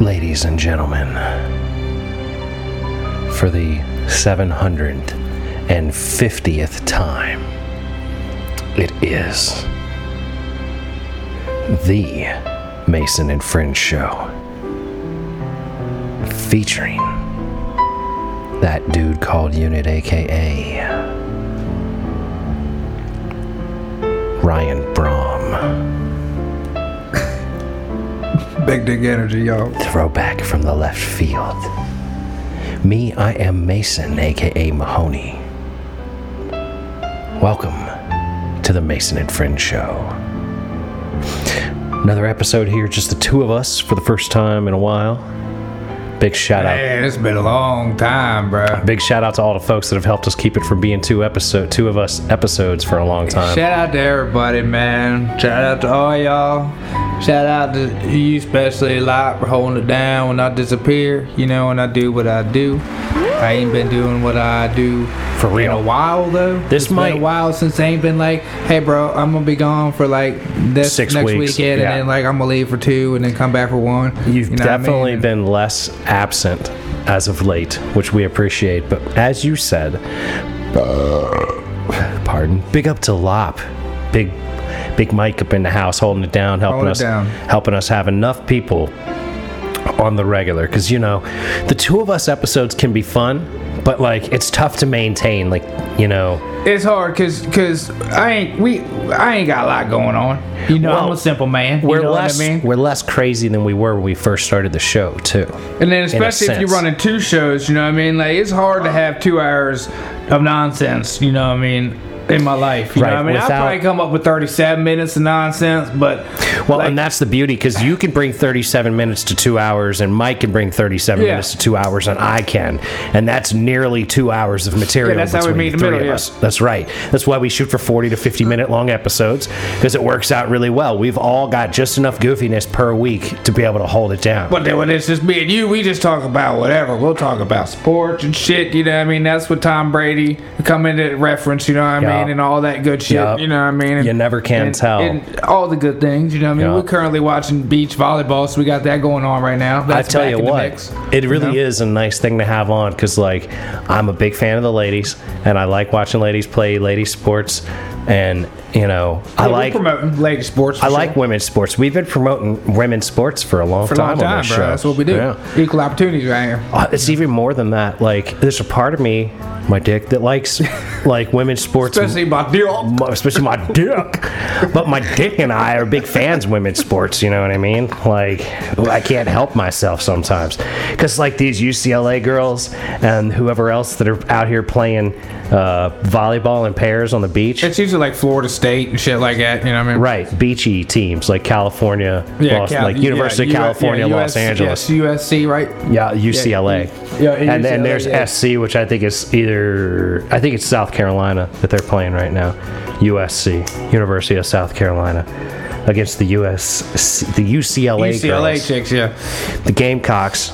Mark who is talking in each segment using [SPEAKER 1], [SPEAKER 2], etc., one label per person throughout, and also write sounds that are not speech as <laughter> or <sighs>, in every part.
[SPEAKER 1] Ladies and gentlemen, for the 750th time, it is the Mason and Fringe Show featuring that dude called Unit, aka Ryan Brom.
[SPEAKER 2] Big dick energy, y'all.
[SPEAKER 1] Throwback from the left field. Me, I am Mason, aka Mahoney. Welcome to the Mason and Friend Show. Another episode here, just the two of us for the first time in a while. Big shout out.
[SPEAKER 2] Man, it's been a long time, bruh.
[SPEAKER 1] Big shout out to all the folks that have helped us keep it from being two episode two of us episodes for a long time.
[SPEAKER 2] Shout out to everybody, man. Shout out to all y'all. Shout out to you, especially a lot for holding it down when I disappear. You know, when I do what I do. I ain't been doing what I do
[SPEAKER 1] For
[SPEAKER 2] in a
[SPEAKER 1] real.
[SPEAKER 2] while though.
[SPEAKER 1] This
[SPEAKER 2] It's been
[SPEAKER 1] might-
[SPEAKER 2] a while since I ain't been like, hey, bro, I'm gonna be gone for like this
[SPEAKER 1] Six
[SPEAKER 2] next
[SPEAKER 1] weeks,
[SPEAKER 2] weekend,
[SPEAKER 1] yeah.
[SPEAKER 2] and then like I'm gonna leave for two, and then come back for one.
[SPEAKER 1] You've
[SPEAKER 2] You know what I mean?
[SPEAKER 1] definitely been less absent as of late, which we appreciate. But as you said, <sighs> pardon, big up to Lop, big, big Mike up in the house holding it down, helping
[SPEAKER 2] Hold it
[SPEAKER 1] us,
[SPEAKER 2] down.
[SPEAKER 1] helping us have enough people on the regular. Because you know, the two of us episodes can be fun, but like it's tough to maintain. Like you know,
[SPEAKER 2] It's hard cause, 'cause I ain't we I ain't got a lot going on. You know,
[SPEAKER 1] Well,
[SPEAKER 2] I'm a simple man. You
[SPEAKER 1] we're
[SPEAKER 2] know
[SPEAKER 1] less
[SPEAKER 2] what I mean?
[SPEAKER 1] we're less crazy than we were when we first started the show too.
[SPEAKER 2] And then especially if you're
[SPEAKER 1] sense.
[SPEAKER 2] running two shows, you know what I mean? Like it's hard to have two hours of nonsense, you know what I mean, in my life. You
[SPEAKER 1] Right,
[SPEAKER 2] know what I mean?
[SPEAKER 1] without-
[SPEAKER 2] I'll probably come up with thirty seven minutes of nonsense, but
[SPEAKER 1] Well,
[SPEAKER 2] like,
[SPEAKER 1] and that's the beauty because you can bring 37 minutes to two hours, and Mike can bring 37
[SPEAKER 2] Yeah.
[SPEAKER 1] minutes to two hours, and I can, and that's nearly two hours of material.
[SPEAKER 2] Yeah, that's how we
[SPEAKER 1] between
[SPEAKER 2] meet in
[SPEAKER 1] the
[SPEAKER 2] the
[SPEAKER 1] three
[SPEAKER 2] middle,
[SPEAKER 1] of
[SPEAKER 2] yeah.
[SPEAKER 1] us. That's right. That's why we shoot for 40 to 50 minute long episodes because it works out really well. We've all got just enough goofiness per week to be able to hold it down.
[SPEAKER 2] But then when it's just me and you, we just talk about whatever. We'll talk about sports and shit. You know what I mean? That's what Tom Brady come into reference. You know what I
[SPEAKER 1] Yeah.
[SPEAKER 2] mean? And all that good shit.
[SPEAKER 1] Yeah.
[SPEAKER 2] You know what I mean? And-
[SPEAKER 1] You never can
[SPEAKER 2] and-
[SPEAKER 1] tell.
[SPEAKER 2] And all the good things. You know what I mean?
[SPEAKER 1] Yeah.
[SPEAKER 2] We're currently watching beach volleyball, so we got that going on right now. That's
[SPEAKER 1] I tell
[SPEAKER 2] back
[SPEAKER 1] you
[SPEAKER 2] in the
[SPEAKER 1] what,
[SPEAKER 2] mix.
[SPEAKER 1] it really
[SPEAKER 2] You know?
[SPEAKER 1] is a nice thing to have on because, like, I'm a big fan of the ladies, and I like watching ladies play ladies sports, and you know, I
[SPEAKER 2] Yeah, we're
[SPEAKER 1] like
[SPEAKER 2] promoting lady sports. for
[SPEAKER 1] I
[SPEAKER 2] sure.
[SPEAKER 1] like women's sports. We've been promoting women's sports for a long
[SPEAKER 2] for a
[SPEAKER 1] time on
[SPEAKER 2] long time,
[SPEAKER 1] this
[SPEAKER 2] bro.
[SPEAKER 1] show.
[SPEAKER 2] That's what we do.
[SPEAKER 1] Yeah.
[SPEAKER 2] Equal opportunities right here.
[SPEAKER 1] Uh, It's even more than that. Like, there's a part of me, my dick, that
[SPEAKER 2] <laughs>
[SPEAKER 1] likes like women's sports,
[SPEAKER 2] Especially about deal.
[SPEAKER 1] m- especially my dick. But my dick and I are big fans of women's sports. You know what I mean? Like, I can't help myself sometimes because like these UCLA girls and whoever else that are out here playing uh, volleyball in pairs on the beach.
[SPEAKER 2] It's usually like Florida State and shit like that. You know what I mean?
[SPEAKER 1] Right, beachy teams like California, Los-
[SPEAKER 2] Cal-
[SPEAKER 1] like University of
[SPEAKER 2] yeah, U- yeah,
[SPEAKER 1] California, Los
[SPEAKER 2] US
[SPEAKER 1] Angeles.
[SPEAKER 2] Yes, USC, right?
[SPEAKER 1] Yeah, UCLA.
[SPEAKER 2] Yeah,
[SPEAKER 1] and, then
[SPEAKER 2] UCLA,
[SPEAKER 1] there's
[SPEAKER 2] yeah.
[SPEAKER 1] SC, which I think is either I think it's South Carolina that they're playing right now. USC, University of South Carolina, against the US, the UCLA,
[SPEAKER 2] UCLA
[SPEAKER 1] girls,
[SPEAKER 2] chicks, yeah.
[SPEAKER 1] the Gamecocks.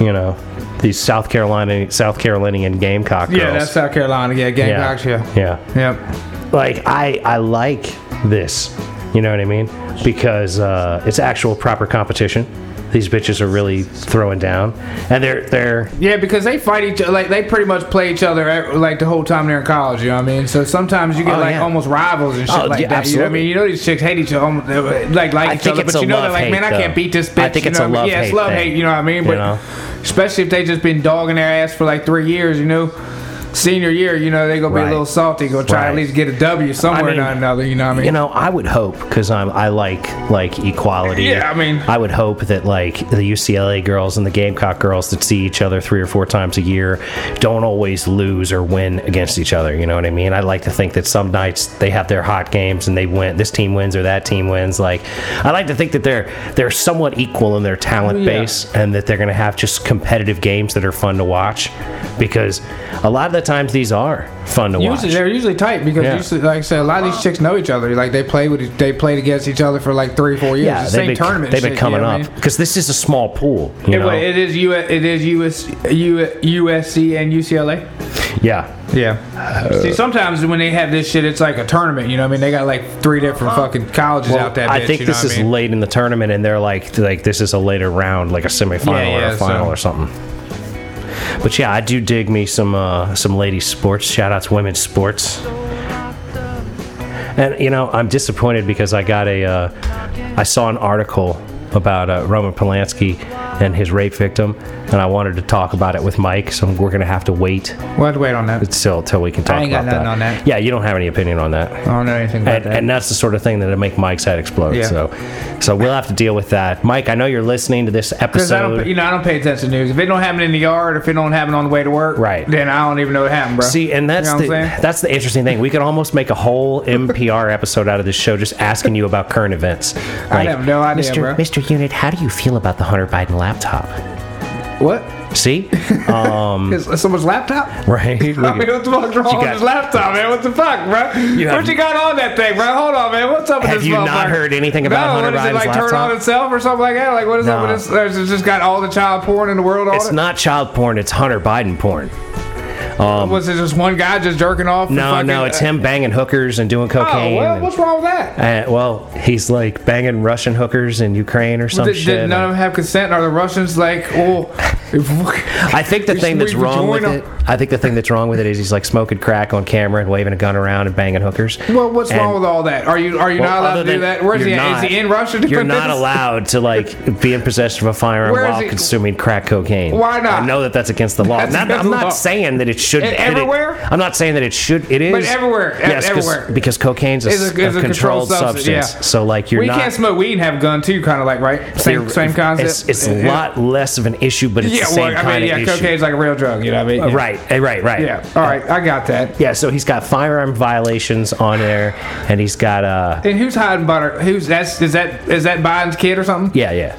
[SPEAKER 1] You know, these South Carolina, South Carolinian Gamecock girls.
[SPEAKER 2] Yeah, that's South Carolina. Yeah, Gamecocks, yeah.
[SPEAKER 1] yeah.
[SPEAKER 2] Yep.
[SPEAKER 1] Like I, I like this. You know what I mean? Because uh, it's actual proper competition. These bitches are really throwing down, and they're they're
[SPEAKER 2] Yeah, because they fight each other. Like, they pretty much play each other at, like the whole time they're in college, you know what I mean? So sometimes you get
[SPEAKER 1] Oh,
[SPEAKER 2] like
[SPEAKER 1] yeah.
[SPEAKER 2] almost rivals and shit
[SPEAKER 1] Oh,
[SPEAKER 2] like
[SPEAKER 1] yeah,
[SPEAKER 2] that. You know what I
[SPEAKER 1] absolutely.
[SPEAKER 2] mean? You know these chicks hate each other, almost, they, like, like
[SPEAKER 1] I
[SPEAKER 2] each
[SPEAKER 1] think
[SPEAKER 2] other,
[SPEAKER 1] it's
[SPEAKER 2] but
[SPEAKER 1] a
[SPEAKER 2] you know they're like,
[SPEAKER 1] love-hate,
[SPEAKER 2] man, I
[SPEAKER 1] though.
[SPEAKER 2] can't beat this bitch.
[SPEAKER 1] I think
[SPEAKER 2] you
[SPEAKER 1] it's
[SPEAKER 2] know
[SPEAKER 1] a
[SPEAKER 2] what I mean? Yeah,
[SPEAKER 1] love-hate
[SPEAKER 2] it's love
[SPEAKER 1] thing,
[SPEAKER 2] hate, you know what I mean?
[SPEAKER 1] you
[SPEAKER 2] But
[SPEAKER 1] know?
[SPEAKER 2] especially if they just been dogging their ass for like three years, you know? Senior year, you know, they gonna be
[SPEAKER 1] Right.
[SPEAKER 2] a little salty, gonna try to
[SPEAKER 1] Right.
[SPEAKER 2] at least get a W somewhere
[SPEAKER 1] mean,
[SPEAKER 2] or another, you know what I mean?
[SPEAKER 1] You know, I would hope because I'm I like like equality.
[SPEAKER 2] Yeah, I mean-
[SPEAKER 1] I would hope that like the UCLA girls and the Gamecock girls that see each other three or four times a year don't always lose or win against each other. You know what I mean? I like to think that some nights they have their hot games and they win. This team wins or that team wins. Like I like to think that they're they're somewhat equal in their talent
[SPEAKER 2] Yeah.
[SPEAKER 1] base and that they're going to have just competitive games that are fun to watch because a lot of the times these are fun to watch.
[SPEAKER 2] Usually, they're usually tight because
[SPEAKER 1] Yeah.
[SPEAKER 2] usually, like I said, a lot of these chicks know each other. Like they play with, they played against each other for like three, four years.
[SPEAKER 1] Yeah,
[SPEAKER 2] the
[SPEAKER 1] they've
[SPEAKER 2] same
[SPEAKER 1] been,
[SPEAKER 2] tournament.
[SPEAKER 1] they've been
[SPEAKER 2] shit, you know
[SPEAKER 1] coming
[SPEAKER 2] what I
[SPEAKER 1] up
[SPEAKER 2] mean?
[SPEAKER 1] because this is a small pool. You
[SPEAKER 2] Yeah,
[SPEAKER 1] know,
[SPEAKER 2] but it is U. It is US, U, USC and UCLA.
[SPEAKER 1] Yeah.
[SPEAKER 2] Yeah. See, sometimes when they have this shit, it's like a tournament. You know, what I mean, they got like three different fucking colleges out there.
[SPEAKER 1] I think
[SPEAKER 2] you know
[SPEAKER 1] this
[SPEAKER 2] what
[SPEAKER 1] is
[SPEAKER 2] I mean?
[SPEAKER 1] late in the tournament, and they're like, like this is a later round, like a semifinal
[SPEAKER 2] Yeah,
[SPEAKER 1] or
[SPEAKER 2] yeah,
[SPEAKER 1] a final
[SPEAKER 2] so-
[SPEAKER 1] or something. But yeah, I do dig me some uh, some ladies sports. Shout out to women's sports. And you know, I'm disappointed because I got a, uh, I saw an article about uh, Roman Polanski and his rape victim, and I wanted to talk about it with Mike. So we're gonna have to wait
[SPEAKER 2] We'll have to wait on that.
[SPEAKER 1] till till we can talk
[SPEAKER 2] I ain't got
[SPEAKER 1] about
[SPEAKER 2] nothing on that.
[SPEAKER 1] Yeah, you don't have any opinion on that
[SPEAKER 2] I don't know anything about
[SPEAKER 1] and,
[SPEAKER 2] that.
[SPEAKER 1] and that's the sort of thing that'll make Mike's head explode.
[SPEAKER 2] Yeah.
[SPEAKER 1] So, so we'll have to deal with that. Mike, I know you're listening to this
[SPEAKER 2] Because I don't,
[SPEAKER 1] episode.
[SPEAKER 2] you know, I don't pay attention to news. If it don't happen in the yard, if it don't happen on the way to work,
[SPEAKER 1] Right.
[SPEAKER 2] Then I don't even know what happened, bro.
[SPEAKER 1] See, and that's
[SPEAKER 2] You know
[SPEAKER 1] the
[SPEAKER 2] what I'm saying?
[SPEAKER 1] that's the interesting thing. We could almost make a
[SPEAKER 2] <laughs>
[SPEAKER 1] whole NPR episode out of this show, just asking you about current events. Like,
[SPEAKER 2] have no idea,
[SPEAKER 1] Mr.
[SPEAKER 2] bro."
[SPEAKER 1] Mr. Unit, how do you feel about the Hunter Biden laptop?
[SPEAKER 2] what?
[SPEAKER 1] See,
[SPEAKER 2] <laughs> Is is someone's laptop?
[SPEAKER 1] right? We
[SPEAKER 2] I mean,
[SPEAKER 1] could-
[SPEAKER 2] what the fuck's wrong
[SPEAKER 1] You
[SPEAKER 2] with
[SPEAKER 1] got-
[SPEAKER 2] this laptop, man? What the fuck, bro?
[SPEAKER 1] have-
[SPEAKER 2] what you got on that thing, bro? Hold on, man. What's up with
[SPEAKER 1] Have
[SPEAKER 2] this
[SPEAKER 1] you not
[SPEAKER 2] motherfucker?
[SPEAKER 1] heard anything about
[SPEAKER 2] no,
[SPEAKER 1] Hunter
[SPEAKER 2] what is it,
[SPEAKER 1] Biden's
[SPEAKER 2] like, turn
[SPEAKER 1] laptop?
[SPEAKER 2] on itself or something like that? Like, what is up
[SPEAKER 1] Nah.
[SPEAKER 2] with this? There's it's just got all the child porn in the world on
[SPEAKER 1] it's
[SPEAKER 2] it?
[SPEAKER 1] not child porn; it's Hunter Biden porn.
[SPEAKER 2] Was it just one guy just jerking off? and
[SPEAKER 1] No,
[SPEAKER 2] fucking- uh,
[SPEAKER 1] no, it's him banging hookers and doing
[SPEAKER 2] Oh,
[SPEAKER 1] cocaine.
[SPEAKER 2] well,
[SPEAKER 1] and-
[SPEAKER 2] what's wrong with that?
[SPEAKER 1] Uh, well, he's like banging Russian hookers in Ukraine or some
[SPEAKER 2] Did,
[SPEAKER 1] shit.
[SPEAKER 2] did none of them have consent? Are the Russians like, oh,
[SPEAKER 1] I think the
[SPEAKER 2] We <laughs>
[SPEAKER 1] thing
[SPEAKER 2] should-
[SPEAKER 1] that's
[SPEAKER 2] we should
[SPEAKER 1] wrong with
[SPEAKER 2] join 'em.
[SPEAKER 1] it. I think the thing that's wrong with it is he's like smoking crack on camera and waving a gun around and banging hookers.
[SPEAKER 2] Well, what's
[SPEAKER 1] And-
[SPEAKER 2] wrong with all that? Are you are you
[SPEAKER 1] Well,
[SPEAKER 2] not allowed
[SPEAKER 1] other
[SPEAKER 2] to do
[SPEAKER 1] than
[SPEAKER 2] that? Where's
[SPEAKER 1] you're
[SPEAKER 2] he? at?
[SPEAKER 1] not-
[SPEAKER 2] is he in Russia? to
[SPEAKER 1] You're
[SPEAKER 2] do
[SPEAKER 1] not
[SPEAKER 2] this?
[SPEAKER 1] allowed to like be in possession of a firearm
[SPEAKER 2] Where is
[SPEAKER 1] while
[SPEAKER 2] he-
[SPEAKER 1] consuming crack cocaine.
[SPEAKER 2] Why not?
[SPEAKER 1] I know that that's against the law.
[SPEAKER 2] That's
[SPEAKER 1] Not-
[SPEAKER 2] against
[SPEAKER 1] I'm
[SPEAKER 2] the
[SPEAKER 1] not
[SPEAKER 2] law.
[SPEAKER 1] saying that it should.
[SPEAKER 2] And
[SPEAKER 1] that it-
[SPEAKER 2] everywhere?
[SPEAKER 1] I'm not saying that it should. It is.
[SPEAKER 2] everywhere, ev-
[SPEAKER 1] Yes, 'cause-
[SPEAKER 2] everywhere.
[SPEAKER 1] because cocaine's a,
[SPEAKER 2] It's a-
[SPEAKER 1] s-
[SPEAKER 2] it's
[SPEAKER 1] a
[SPEAKER 2] a
[SPEAKER 1] controlled,
[SPEAKER 2] controlled
[SPEAKER 1] substance.
[SPEAKER 2] substance, yeah.
[SPEAKER 1] So like you're
[SPEAKER 2] Well, you
[SPEAKER 1] not.
[SPEAKER 2] can't smoke weed and have a gun too, kind of like right? Same
[SPEAKER 1] theor-
[SPEAKER 2] same concept.
[SPEAKER 1] It's, it's a
[SPEAKER 2] Yeah.
[SPEAKER 1] lot less of an issue, but it's
[SPEAKER 2] Yeah,
[SPEAKER 1] the
[SPEAKER 2] well,
[SPEAKER 1] same
[SPEAKER 2] I
[SPEAKER 1] kind
[SPEAKER 2] mean, yeah,
[SPEAKER 1] of issue.
[SPEAKER 2] cocaine's like a real drug. You know what I mean?
[SPEAKER 1] Uh,
[SPEAKER 2] Yeah.
[SPEAKER 1] Right, eh, right, right.
[SPEAKER 2] Yeah. All right, I got that.
[SPEAKER 1] Yeah, so he's got firearm violations on there, and he's got uh,
[SPEAKER 2] And who's hiding butter? Who's that's? Is that is that Biden's kid or something?
[SPEAKER 1] yeah, yeah.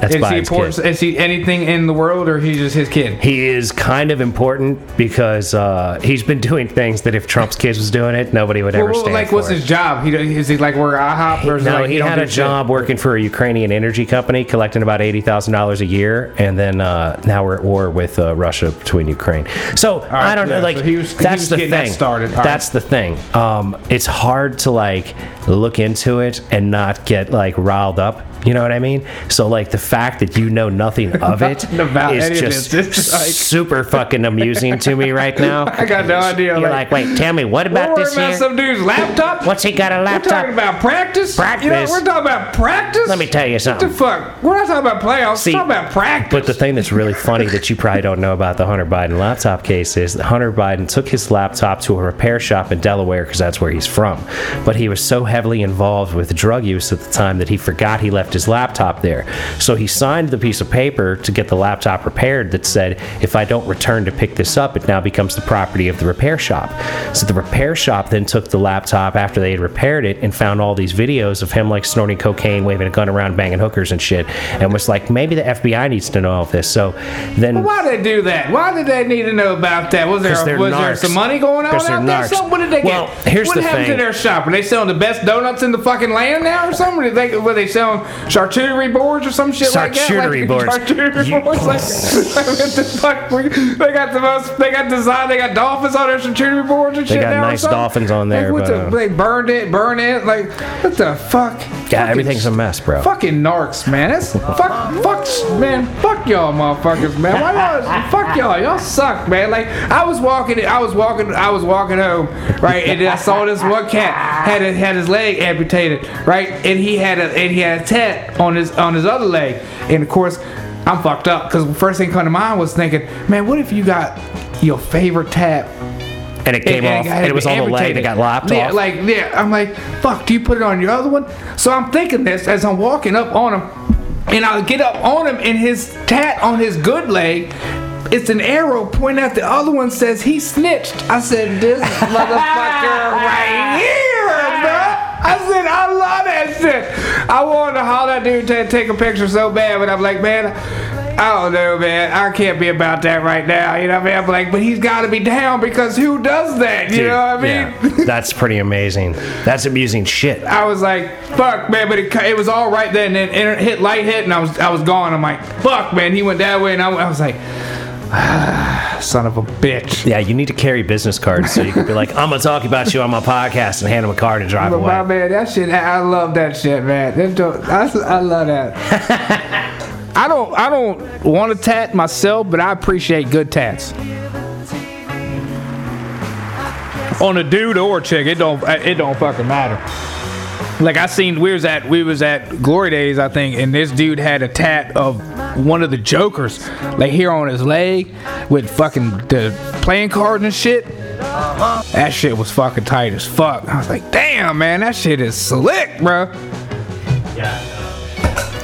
[SPEAKER 1] That's
[SPEAKER 2] Is he
[SPEAKER 1] Biden's
[SPEAKER 2] important?
[SPEAKER 1] kid.
[SPEAKER 2] Is he anything in the world, or he's just his kid?
[SPEAKER 1] He is kind of important because uh, he's been doing things that if Trump's kid was doing it, nobody would ever
[SPEAKER 2] Well,
[SPEAKER 1] stand
[SPEAKER 2] like,
[SPEAKER 1] for
[SPEAKER 2] what's
[SPEAKER 1] it.
[SPEAKER 2] his job? He don't- is he like where IHOP or is
[SPEAKER 1] No,
[SPEAKER 2] like,
[SPEAKER 1] he,
[SPEAKER 2] don't
[SPEAKER 1] had
[SPEAKER 2] do
[SPEAKER 1] a
[SPEAKER 2] shit?
[SPEAKER 1] job working for a Ukrainian energy company, collecting about eighty thousand dollars a year, and then uh, now we're at war with uh, Russia between Ukraine. So I don't
[SPEAKER 2] yeah,
[SPEAKER 1] know. Like
[SPEAKER 2] so he was- he
[SPEAKER 1] that's
[SPEAKER 2] was
[SPEAKER 1] the
[SPEAKER 2] getting
[SPEAKER 1] thing.
[SPEAKER 2] that started, all right.
[SPEAKER 1] that's the thing. Um, it's hard to like look into it and not get like riled up. You know what I mean? So like the fact that you know
[SPEAKER 2] <laughs>
[SPEAKER 1] nothing of it
[SPEAKER 2] Nothing about any
[SPEAKER 1] is
[SPEAKER 2] of
[SPEAKER 1] just
[SPEAKER 2] this. It's like-
[SPEAKER 1] super fucking amusing to me right now.
[SPEAKER 2] <laughs> I got no idea.
[SPEAKER 1] You're like, wait, tell me what
[SPEAKER 2] we're
[SPEAKER 1] about
[SPEAKER 2] worried
[SPEAKER 1] this
[SPEAKER 2] about
[SPEAKER 1] here?
[SPEAKER 2] some dude's laptop.
[SPEAKER 1] What's he got a
[SPEAKER 2] We're talking
[SPEAKER 1] laptop?
[SPEAKER 2] about practice. You know,
[SPEAKER 1] Practice.
[SPEAKER 2] we're talking about practice.
[SPEAKER 1] Let me tell you
[SPEAKER 2] What the
[SPEAKER 1] something.
[SPEAKER 2] fuck? We're not talking about playoffs.
[SPEAKER 1] See,
[SPEAKER 2] we're talking about practice.
[SPEAKER 1] But the thing that's really funny that you probably don't know about the Hunter Biden laptop case is that Hunter Biden took his laptop to a repair shop in Delaware because that's where he's from. But he was so heavily involved with drug use at the time that he forgot he left his laptop there. So he signed the piece of paper to get the laptop repaired that said, if I don't return to pick this up, it now becomes the property of the repair shop. So the repair shop then took the laptop after they had repaired it and found all these videos of him like snorting cocaine, waving a gun around, banging hookers and shit, and was like, maybe the FBI needs to know all of this. So then.
[SPEAKER 2] Why did they do that? Why did they need to know about that? Was there
[SPEAKER 1] 'Cause they're
[SPEAKER 2] was there
[SPEAKER 1] narcs.
[SPEAKER 2] some money going on
[SPEAKER 1] 'Cause they're
[SPEAKER 2] out there?
[SPEAKER 1] narcs.
[SPEAKER 2] Something? What did they
[SPEAKER 1] Well,
[SPEAKER 2] get?
[SPEAKER 1] here's
[SPEAKER 2] what
[SPEAKER 1] the
[SPEAKER 2] happened
[SPEAKER 1] thing.
[SPEAKER 2] to their shop? Are they selling the best donuts in the fucking land now, or something? Or Did they, were they selling charcuterie boards or some shit like that?
[SPEAKER 1] Charcuterie
[SPEAKER 2] <laughs> like,
[SPEAKER 1] boards.
[SPEAKER 2] Charcuterie
[SPEAKER 1] You-
[SPEAKER 2] boards. Like, <laughs> what the fuck? We- They got the most. They got design. They got dolphins on their charcuterie boards and shit.
[SPEAKER 1] got
[SPEAKER 2] now or
[SPEAKER 1] nice
[SPEAKER 2] something?
[SPEAKER 1] dolphins on there,
[SPEAKER 2] Like, what
[SPEAKER 1] but, uh,
[SPEAKER 2] the- they burned it. Burned it. Like what the fuck?
[SPEAKER 1] Yeah,
[SPEAKER 2] Fucking
[SPEAKER 1] everything's a mess, bro.
[SPEAKER 2] Fucking narcs, man. That's fuck, fuck, man. Fuck y'all, motherfuckers, man. Why y'all? Fuck y'all. Y'all suck, man. Like I was walking, I was walking, I was walking home, right, and then I saw this one cat had his, had his leg amputated, right, and he had a and he had a tat on his on his other leg, and of course. I'm fucked up because the first thing come to mind was thinking, man, what if you got your favorite tat
[SPEAKER 1] And it came off, and it was on the leg that
[SPEAKER 2] amputated.
[SPEAKER 1] got lopped
[SPEAKER 2] yeah,
[SPEAKER 1] off.
[SPEAKER 2] Like, yeah, I'm like, fuck, do you put it on your other one? So I'm thinking this as I'm walking up on him, and I'll get up on him, and his tat on his good leg. It's an arrow pointing at the other one says he snitched. I said, this motherfucker right here, bro. I said, I love that shit. I wanted to holler at dude to take a picture so bad, but I'm like, man, I don't know, man. I can't be about that right now. You know what I mean? I'm like, but he's got to be down because who does that? You
[SPEAKER 1] Dude,
[SPEAKER 2] know what I mean?
[SPEAKER 1] yeah. that's pretty amazing. That's amusing shit.
[SPEAKER 2] I was like, fuck, man, but it, cu- it was all right then. And then it hit light hit, and I was I was gone. I'm like, fuck, man, he went that way, and I, w- I was like, <sighs> son of a bitch.
[SPEAKER 1] Yeah, you need to carry business cards so you can be like, I'm gonna talk about you on my podcast and hand him a card and drive
[SPEAKER 2] But my
[SPEAKER 1] away.
[SPEAKER 2] man, that shit, I I love that shit, man. Them jo- I, s- I love that. <laughs> I don't, I don't want to tat myself, but I appreciate good tats. On a dude or a chick, it don't, uh, it don't fucking matter. Like I seen, we was at, we was at Glory Days, I think, and this dude had a tat of one of the Jokers, like here on his leg, with fucking the playing cards and shit. That shit was fucking tight as fuck. I was like, damn, man, that shit is slick, bro.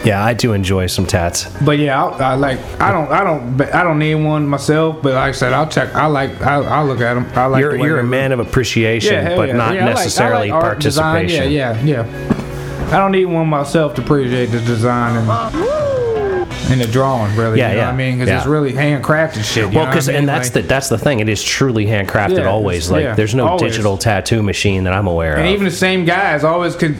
[SPEAKER 1] Yeah, I do enjoy some tats.
[SPEAKER 2] But yeah, I, I like, I don't, I don't, I don't need one myself. But like I said, I'll check. I like, I, I look at them. I like.
[SPEAKER 1] You're
[SPEAKER 2] the way
[SPEAKER 1] you're
[SPEAKER 2] they
[SPEAKER 1] a
[SPEAKER 2] look.
[SPEAKER 1] man of appreciation,
[SPEAKER 2] hell
[SPEAKER 1] but not
[SPEAKER 2] I like- I
[SPEAKER 1] necessarily
[SPEAKER 2] like art, design.
[SPEAKER 1] participation.
[SPEAKER 2] Yeah, yeah, yeah. I don't need one myself to appreciate the design and and the drawing, really.
[SPEAKER 1] Yeah,
[SPEAKER 2] you know
[SPEAKER 1] yeah,
[SPEAKER 2] what I mean, because it's
[SPEAKER 1] yeah.
[SPEAKER 2] really handcrafted shit. you
[SPEAKER 1] Well,
[SPEAKER 2] know
[SPEAKER 1] because
[SPEAKER 2] what I mean?
[SPEAKER 1] and that's
[SPEAKER 2] Like-
[SPEAKER 1] the that's the thing. It is truly handcrafted.
[SPEAKER 2] Yeah,
[SPEAKER 1] always
[SPEAKER 2] it's-
[SPEAKER 1] like
[SPEAKER 2] yeah,
[SPEAKER 1] there's no
[SPEAKER 2] always.
[SPEAKER 1] digital tattoo machine that I'm aware
[SPEAKER 2] And
[SPEAKER 1] of.
[SPEAKER 2] even the same guys always could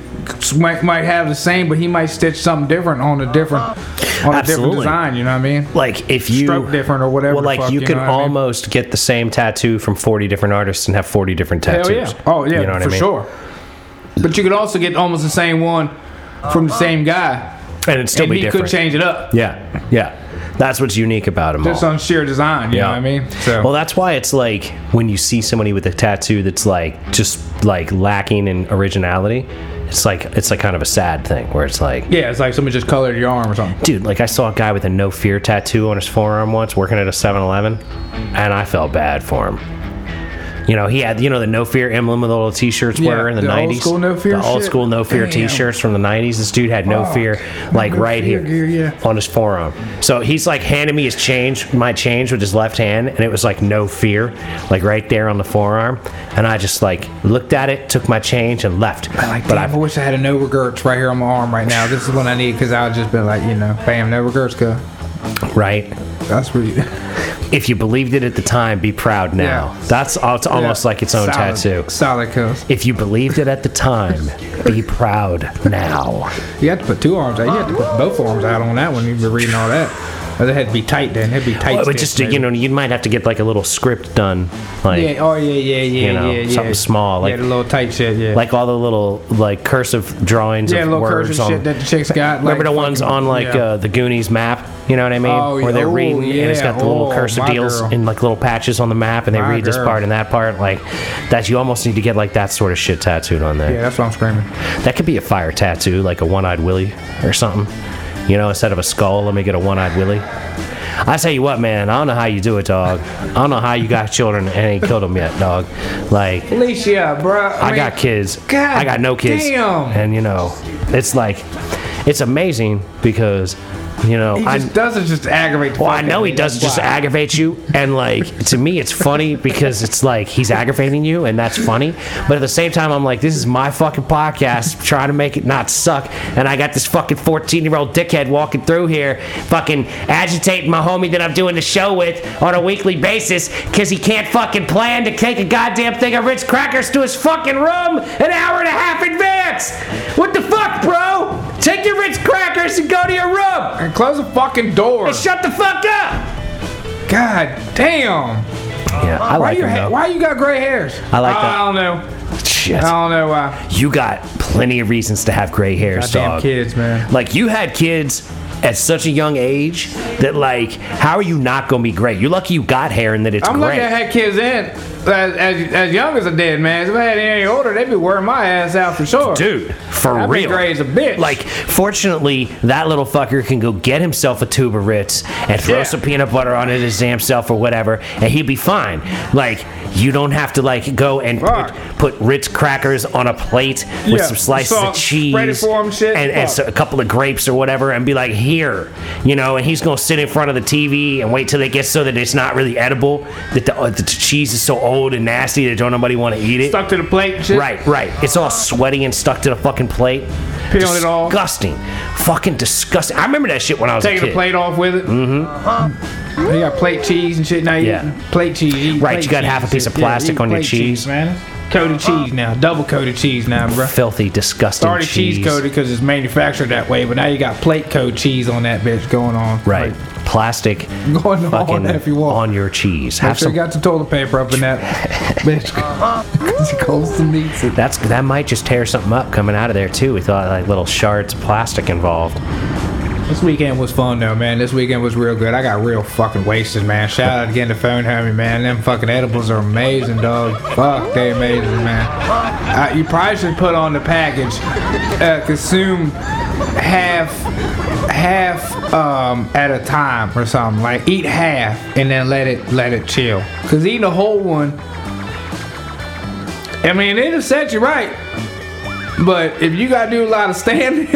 [SPEAKER 2] might, might have the same, but he might stitch something different on a different on a different
[SPEAKER 1] Absolutely.
[SPEAKER 2] design. You know what I mean?
[SPEAKER 1] like if you
[SPEAKER 2] Stroke different or whatever
[SPEAKER 1] Well,
[SPEAKER 2] the
[SPEAKER 1] like
[SPEAKER 2] fuck,
[SPEAKER 1] you
[SPEAKER 2] you
[SPEAKER 1] can
[SPEAKER 2] know what I mean?
[SPEAKER 1] almost get the same tattoo from 40 different artists and have 40 different tattoos.
[SPEAKER 2] Hell yeah! Oh yeah,
[SPEAKER 1] you know what
[SPEAKER 2] for
[SPEAKER 1] I mean?
[SPEAKER 2] sure. But you could also get almost the same one from the same guy,
[SPEAKER 1] And it'd still
[SPEAKER 2] and
[SPEAKER 1] be
[SPEAKER 2] he
[SPEAKER 1] different.
[SPEAKER 2] could change it up
[SPEAKER 1] Yeah, yeah. That's what's unique about them
[SPEAKER 2] just
[SPEAKER 1] all.
[SPEAKER 2] on sheer design. You
[SPEAKER 1] Yeah.
[SPEAKER 2] know what I mean? So
[SPEAKER 1] Well, that's why it's like when you see somebody with a tattoo that's like just like lacking in originality. It's like it's like kind of a sad thing where it's like,
[SPEAKER 2] yeah, it's like someone just colored your arm or something.
[SPEAKER 1] dude, like I saw a guy with a no fear tattoo on his forearm once working at a 7-Eleven, and I felt bad for him. You know, he had you know the no fear emblem with the little t-shirts
[SPEAKER 2] Yeah,
[SPEAKER 1] were in the,
[SPEAKER 2] the old
[SPEAKER 1] 90s.
[SPEAKER 2] school No Fear
[SPEAKER 1] The old
[SPEAKER 2] shit.
[SPEAKER 1] school no fear
[SPEAKER 2] Damn.
[SPEAKER 1] t-shirts from the 90s. This dude had no
[SPEAKER 2] Fuck.
[SPEAKER 1] fear like
[SPEAKER 2] No
[SPEAKER 1] right
[SPEAKER 2] Fear
[SPEAKER 1] here
[SPEAKER 2] gear, yeah.
[SPEAKER 1] on his forearm. So he's like handing me his change, my change with his left hand, and it was like no fear, like right there on the forearm. And I just like looked at it, took my change, and left.
[SPEAKER 2] Like,
[SPEAKER 1] but
[SPEAKER 2] damn, I
[SPEAKER 1] I,
[SPEAKER 2] wish I had a no regrets right here on my arm right now. This is what I need because I'll just be like, you know, bam, no regrets, go.
[SPEAKER 1] right.
[SPEAKER 2] That's where you.
[SPEAKER 1] If you believed it at the time, be proud now.
[SPEAKER 2] Yeah.
[SPEAKER 1] That's al- it's almost
[SPEAKER 2] Yeah.
[SPEAKER 1] like its own
[SPEAKER 2] <laughs> Solid-
[SPEAKER 1] tattoo.
[SPEAKER 2] Solid cuss.
[SPEAKER 1] If you believed it at the time, be proud now.
[SPEAKER 2] You have to put two arms out. You have to put both arms out on that one. You've been reading all that. Or they had to be tight then. It'd be tight.
[SPEAKER 1] Well, but
[SPEAKER 2] stitch,
[SPEAKER 1] just you
[SPEAKER 2] maybe.
[SPEAKER 1] know, you might have to get like a little script done, like
[SPEAKER 2] Yeah, oh, yeah, yeah, yeah,
[SPEAKER 1] You know,
[SPEAKER 2] yeah, yeah.
[SPEAKER 1] something small, like-
[SPEAKER 2] yeah, the little tight shit, yeah.
[SPEAKER 1] like all the little like cursive drawings
[SPEAKER 2] yeah,
[SPEAKER 1] of
[SPEAKER 2] little
[SPEAKER 1] words
[SPEAKER 2] cursive
[SPEAKER 1] on.
[SPEAKER 2] shit that the chicks got.
[SPEAKER 1] remember
[SPEAKER 2] like
[SPEAKER 1] the ones
[SPEAKER 2] fucking-
[SPEAKER 1] on like
[SPEAKER 2] yeah.
[SPEAKER 1] uh, the Goonies map? You know what I mean?
[SPEAKER 2] Oh,
[SPEAKER 1] Where they're
[SPEAKER 2] yeah.
[SPEAKER 1] reading and it's
[SPEAKER 2] Oh,
[SPEAKER 1] got the little
[SPEAKER 2] yeah.
[SPEAKER 1] cursive
[SPEAKER 2] Oh, my
[SPEAKER 1] deals
[SPEAKER 2] girl.
[SPEAKER 1] in like little patches on the map, and they
[SPEAKER 2] My
[SPEAKER 1] read this
[SPEAKER 2] girl.
[SPEAKER 1] part and that part. Like that, you almost need to get like that sort of shit tattooed on there.
[SPEAKER 2] Yeah, that's what I'm screaming.
[SPEAKER 1] That could be a fire tattoo, like a one eyed Willy or something. You know, instead of a skull, let me get a one eyed Willy. I tell you what, man, I don't know how you do it, dog. I don't know how you got children and ain't killed them yet, dog. Like,
[SPEAKER 2] Alicia, bro.
[SPEAKER 1] I, got kids.
[SPEAKER 2] God
[SPEAKER 1] I got no kids.
[SPEAKER 2] damn.
[SPEAKER 1] And, you know, it's like, it's amazing because, you know,
[SPEAKER 2] He
[SPEAKER 1] I.
[SPEAKER 2] just doesn't just aggravate the
[SPEAKER 1] Well, I
[SPEAKER 2] fuck out
[SPEAKER 1] know
[SPEAKER 2] of
[SPEAKER 1] he
[SPEAKER 2] me,
[SPEAKER 1] does
[SPEAKER 2] that's
[SPEAKER 1] just
[SPEAKER 2] why.
[SPEAKER 1] aggravate you, and like to me, it's funny because it's like he's aggravating you, and that's funny. But at the same time, I'm like, this is my fucking podcast, trying to make it not suck, and I got this fucking 14 year old dickhead walking through here, fucking agitating my homie that I'm doing the show with on a weekly basis because he can't fucking plan to take a goddamn thing of Ritz crackers to his fucking room an hour and a half in advance. What the fuck, bro? Take your Ritz crackers and go to your room.
[SPEAKER 2] And close the fucking door.
[SPEAKER 1] And shut the fuck up.
[SPEAKER 2] God damn.
[SPEAKER 1] Yeah, I
[SPEAKER 2] Why
[SPEAKER 1] like
[SPEAKER 2] you
[SPEAKER 1] him
[SPEAKER 2] ha-
[SPEAKER 1] though.
[SPEAKER 2] why you got gray hairs?
[SPEAKER 1] I like
[SPEAKER 2] Oh,
[SPEAKER 1] that.
[SPEAKER 2] I don't know.
[SPEAKER 1] Shit.
[SPEAKER 2] I don't know why.
[SPEAKER 1] You got plenty of reasons to have gray hairs,
[SPEAKER 2] Damn
[SPEAKER 1] dog.
[SPEAKER 2] kids, man.
[SPEAKER 1] Like you had kids at such a young age that like how are you not gonna be gray? You're lucky you got hair and that it's
[SPEAKER 2] I'm
[SPEAKER 1] gray.
[SPEAKER 2] lucky I had kids in as, as, as young as I did, man. If I had any older, they'd be wearing my ass out for sure.
[SPEAKER 1] Dude, for
[SPEAKER 2] I'd be
[SPEAKER 1] real.
[SPEAKER 2] gray as a bitch.
[SPEAKER 1] Like, fortunately, that little fucker can go get himself a tube of Ritz and throw
[SPEAKER 2] Yeah.
[SPEAKER 1] some peanut butter on it his damn self or whatever, and he'd be fine. Like, you don't have to like go and
[SPEAKER 2] Fuck.
[SPEAKER 1] put, put Ritz crackers on a plate with
[SPEAKER 2] Yeah,
[SPEAKER 1] some slices
[SPEAKER 2] salt,
[SPEAKER 1] of cheese
[SPEAKER 2] ready for 'em shit,
[SPEAKER 1] and, and
[SPEAKER 2] fuck.
[SPEAKER 1] so- a couple of grapes or whatever, and be like, here, you know. And he's gonna sit in front of the TV and wait till they get so that it's not really edible, that the, uh, the cheese is so old and nasty that don't nobody want to eat it.
[SPEAKER 2] stuck to the plate and shit.
[SPEAKER 1] Right, right. It's all sweaty and stuck to the fucking plate.
[SPEAKER 2] Peeling it all.
[SPEAKER 1] Disgusting. Fucking disgusting. I remember that shit when I was a
[SPEAKER 2] Taking
[SPEAKER 1] kid. Mm-hmm.
[SPEAKER 2] the plate off with it. Mm-hmm. You got plate cheese and shit now. You
[SPEAKER 1] Yeah.
[SPEAKER 2] eating plate cheese. eating
[SPEAKER 1] Right,
[SPEAKER 2] plate
[SPEAKER 1] you got
[SPEAKER 2] cheese
[SPEAKER 1] half a
[SPEAKER 2] and
[SPEAKER 1] piece
[SPEAKER 2] shit.
[SPEAKER 1] of plastic
[SPEAKER 2] eating
[SPEAKER 1] on your
[SPEAKER 2] plate
[SPEAKER 1] cheese.
[SPEAKER 2] man. Coated cheese now, double coated cheese now, bro.
[SPEAKER 1] Filthy, disgusting
[SPEAKER 2] Already
[SPEAKER 1] cheese.
[SPEAKER 2] cheese coated because it's manufactured that way, but now you got plate coat cheese on that bitch going on.
[SPEAKER 1] Right.
[SPEAKER 2] Like, <laughs>
[SPEAKER 1] plastic
[SPEAKER 2] Going on
[SPEAKER 1] fucking
[SPEAKER 2] if you want.
[SPEAKER 1] on your cheese.
[SPEAKER 2] Make
[SPEAKER 1] Have
[SPEAKER 2] sure
[SPEAKER 1] some
[SPEAKER 2] you got the toilet paper up
[SPEAKER 1] <laughs>
[SPEAKER 2] in that bitch. <laughs> Because he calls the meats. and-
[SPEAKER 1] That's that might just tear something up coming out of there too. We thought like little shards of plastic involved.
[SPEAKER 2] This weekend was fun though, man. This weekend was real good. I got real fucking wasted, man. Shout out again to Phone Homie, man. Them fucking edibles are amazing, dog. Fuck, they amazing, man. Uh, you probably should put on the package, uh, consume half, half um, at a time or something. Like eat half and then let it let it chill. Cause eating a whole one, I mean, it'll set you right. But if you gotta do a lot of standing <laughs>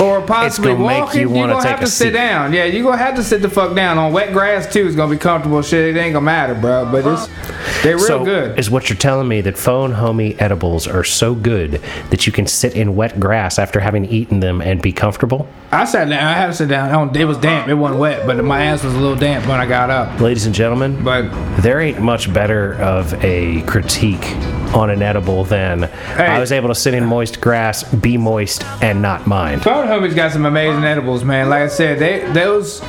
[SPEAKER 2] or possibly
[SPEAKER 1] gonna make you
[SPEAKER 2] walking, you are
[SPEAKER 1] wanna
[SPEAKER 2] gonna
[SPEAKER 1] take
[SPEAKER 2] have
[SPEAKER 1] a
[SPEAKER 2] to sit
[SPEAKER 1] seat.
[SPEAKER 2] down. Yeah, you're gonna have to sit the fuck down on wet grass too. It's gonna be comfortable shit. It ain't gonna matter, bro. But it's they real
[SPEAKER 1] so
[SPEAKER 2] good.
[SPEAKER 1] is what you're telling me that phone homie edibles are so good that you can sit in wet grass after having eaten them and be comfortable?
[SPEAKER 2] I sat down. I had to sit down. I don't- It was damp. It wasn't wet, but my ass was a little damp when I got up.
[SPEAKER 1] Ladies and gentlemen,
[SPEAKER 2] But
[SPEAKER 1] there ain't much better of a critique on an edible than I was able to sit in moist grass, be moist, and not mind. <laughs>
[SPEAKER 2] Phone Homie's got some amazing edibles, man. Like I said, they those. <sighs>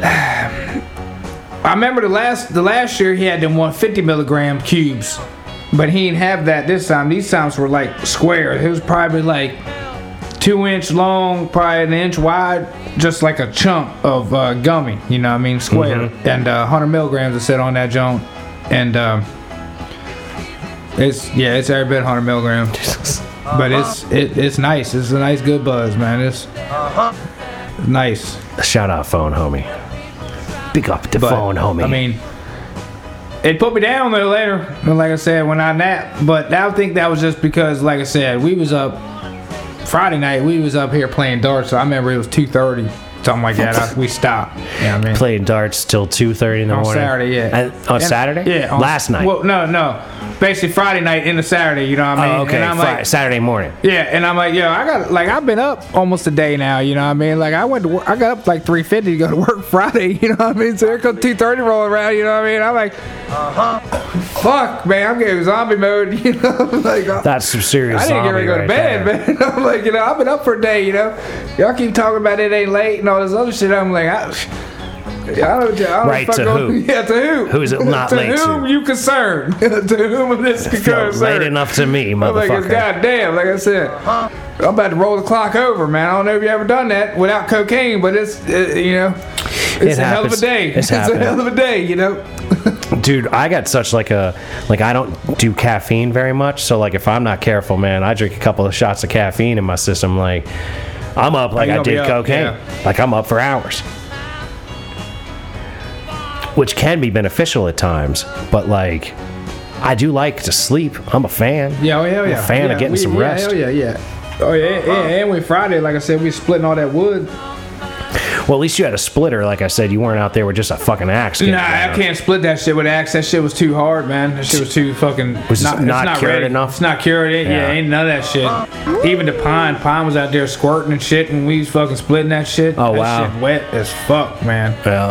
[SPEAKER 2] I remember the last the last year he had them 150 milligram cubes, but he didn't have that this time. These times were like square. It was probably like two inch long, probably an inch wide, just like a chunk of uh, gummy. You know, what I mean, square, and uh, 100 milligrams to sit on that joint, and um, it's yeah, it's every bit 100 milligrams. But it's it, it's nice. It's a nice good buzz, man. It's nice.
[SPEAKER 1] Shout out phone homie. Pick up the
[SPEAKER 2] But,
[SPEAKER 1] phone homie.
[SPEAKER 2] I mean, it put me down there later. But like I said, when I napped. But I think that was just because, like I said, we was up Friday night. We was up here playing darts. So I remember it was two thirty, something like that. I, we stopped. Yeah, you know what I mean.
[SPEAKER 1] playing darts till two thirty in the
[SPEAKER 2] on
[SPEAKER 1] morning
[SPEAKER 2] Saturday, yeah.
[SPEAKER 1] And- on
[SPEAKER 2] And-
[SPEAKER 1] Saturday,
[SPEAKER 2] Yeah. on-
[SPEAKER 1] last night.
[SPEAKER 2] Well, no, no. Basically, Friday night into Saturday. You know what I mean?
[SPEAKER 1] oh, okay,
[SPEAKER 2] And I'm
[SPEAKER 1] Fri-
[SPEAKER 2] like,
[SPEAKER 1] Saturday morning.
[SPEAKER 2] Yeah, and I'm like, yo, I got like I've been up almost a day now. You know what I mean? Like I went to work, I got up like 3:50 to go to work <laughs> Friday. You know what I mean? So here comes 2:30 rolling around. You know what I mean? I'm like,
[SPEAKER 1] Uh-huh.
[SPEAKER 2] fuck, man, I'm getting zombie mode. <laughs> You know, I'm like. I-
[SPEAKER 1] That's some serious.
[SPEAKER 2] I didn't get
[SPEAKER 1] zombie
[SPEAKER 2] ready to go to
[SPEAKER 1] right
[SPEAKER 2] bed, <laughs>
[SPEAKER 1] there.
[SPEAKER 2] man. I'm like, you know, I've been up for a day, you know. Y'all keep talking about it ain't late and all this other shit. I'm like, I, I don't, I don't
[SPEAKER 1] Right,
[SPEAKER 2] fuck
[SPEAKER 1] to
[SPEAKER 2] go-
[SPEAKER 1] who?
[SPEAKER 2] <laughs> Yeah, to who?
[SPEAKER 1] Who's it not
[SPEAKER 2] <laughs> to
[SPEAKER 1] late to?
[SPEAKER 2] whom you concerned? <laughs> to whom this
[SPEAKER 1] No,
[SPEAKER 2] is concerned?
[SPEAKER 1] late enough to me,
[SPEAKER 2] I'm like, it's
[SPEAKER 1] motherfucker.
[SPEAKER 2] goddamn. Like I said, I'm about to roll the clock over, man. I don't know if you ever done that without cocaine, but it's uh, you know, <laughs> it's
[SPEAKER 1] It
[SPEAKER 2] a hell of a
[SPEAKER 1] happens.
[SPEAKER 2] day.
[SPEAKER 1] It's
[SPEAKER 2] a
[SPEAKER 1] happening.
[SPEAKER 2] hell of a day, you know.
[SPEAKER 1] Dude, I got such like a like I don't do caffeine very much, so like if I'm not careful, man, I drink a couple of shots of caffeine in my system, like I'm up like
[SPEAKER 2] you're
[SPEAKER 1] I
[SPEAKER 2] gonna be
[SPEAKER 1] did
[SPEAKER 2] up,
[SPEAKER 1] cocaine,
[SPEAKER 2] yeah.
[SPEAKER 1] like I'm up for hours, which can be beneficial at times, but like I do like to sleep. I'm a fan.
[SPEAKER 2] Yeah, oh, yeah,
[SPEAKER 1] I'm
[SPEAKER 2] yeah.
[SPEAKER 1] a fan
[SPEAKER 2] yeah,
[SPEAKER 1] of getting
[SPEAKER 2] we-
[SPEAKER 1] some
[SPEAKER 2] yeah,
[SPEAKER 1] rest.
[SPEAKER 2] Hell yeah, yeah. Oh yeah, and, and we Friday, like I said, we splitting all that wood.
[SPEAKER 1] Well, at least you had a splitter, like I said. You weren't out there with just a fucking axe.
[SPEAKER 2] Nah,
[SPEAKER 1] getting
[SPEAKER 2] I
[SPEAKER 1] around.
[SPEAKER 2] can't split that shit with axe. That shit was too hard, man. That shit was too fucking.
[SPEAKER 1] Was
[SPEAKER 2] not,
[SPEAKER 1] it not
[SPEAKER 2] it's not
[SPEAKER 1] cured
[SPEAKER 2] ready.
[SPEAKER 1] enough?
[SPEAKER 2] It's not cured. It, yeah.
[SPEAKER 1] Yeah.
[SPEAKER 2] ain't none of that shit. Even the pine, pine was out there squirting and shit, and we was fucking splitting that shit.
[SPEAKER 1] Oh,
[SPEAKER 2] that
[SPEAKER 1] wow.
[SPEAKER 2] shit wet as fuck, man.
[SPEAKER 1] Yeah.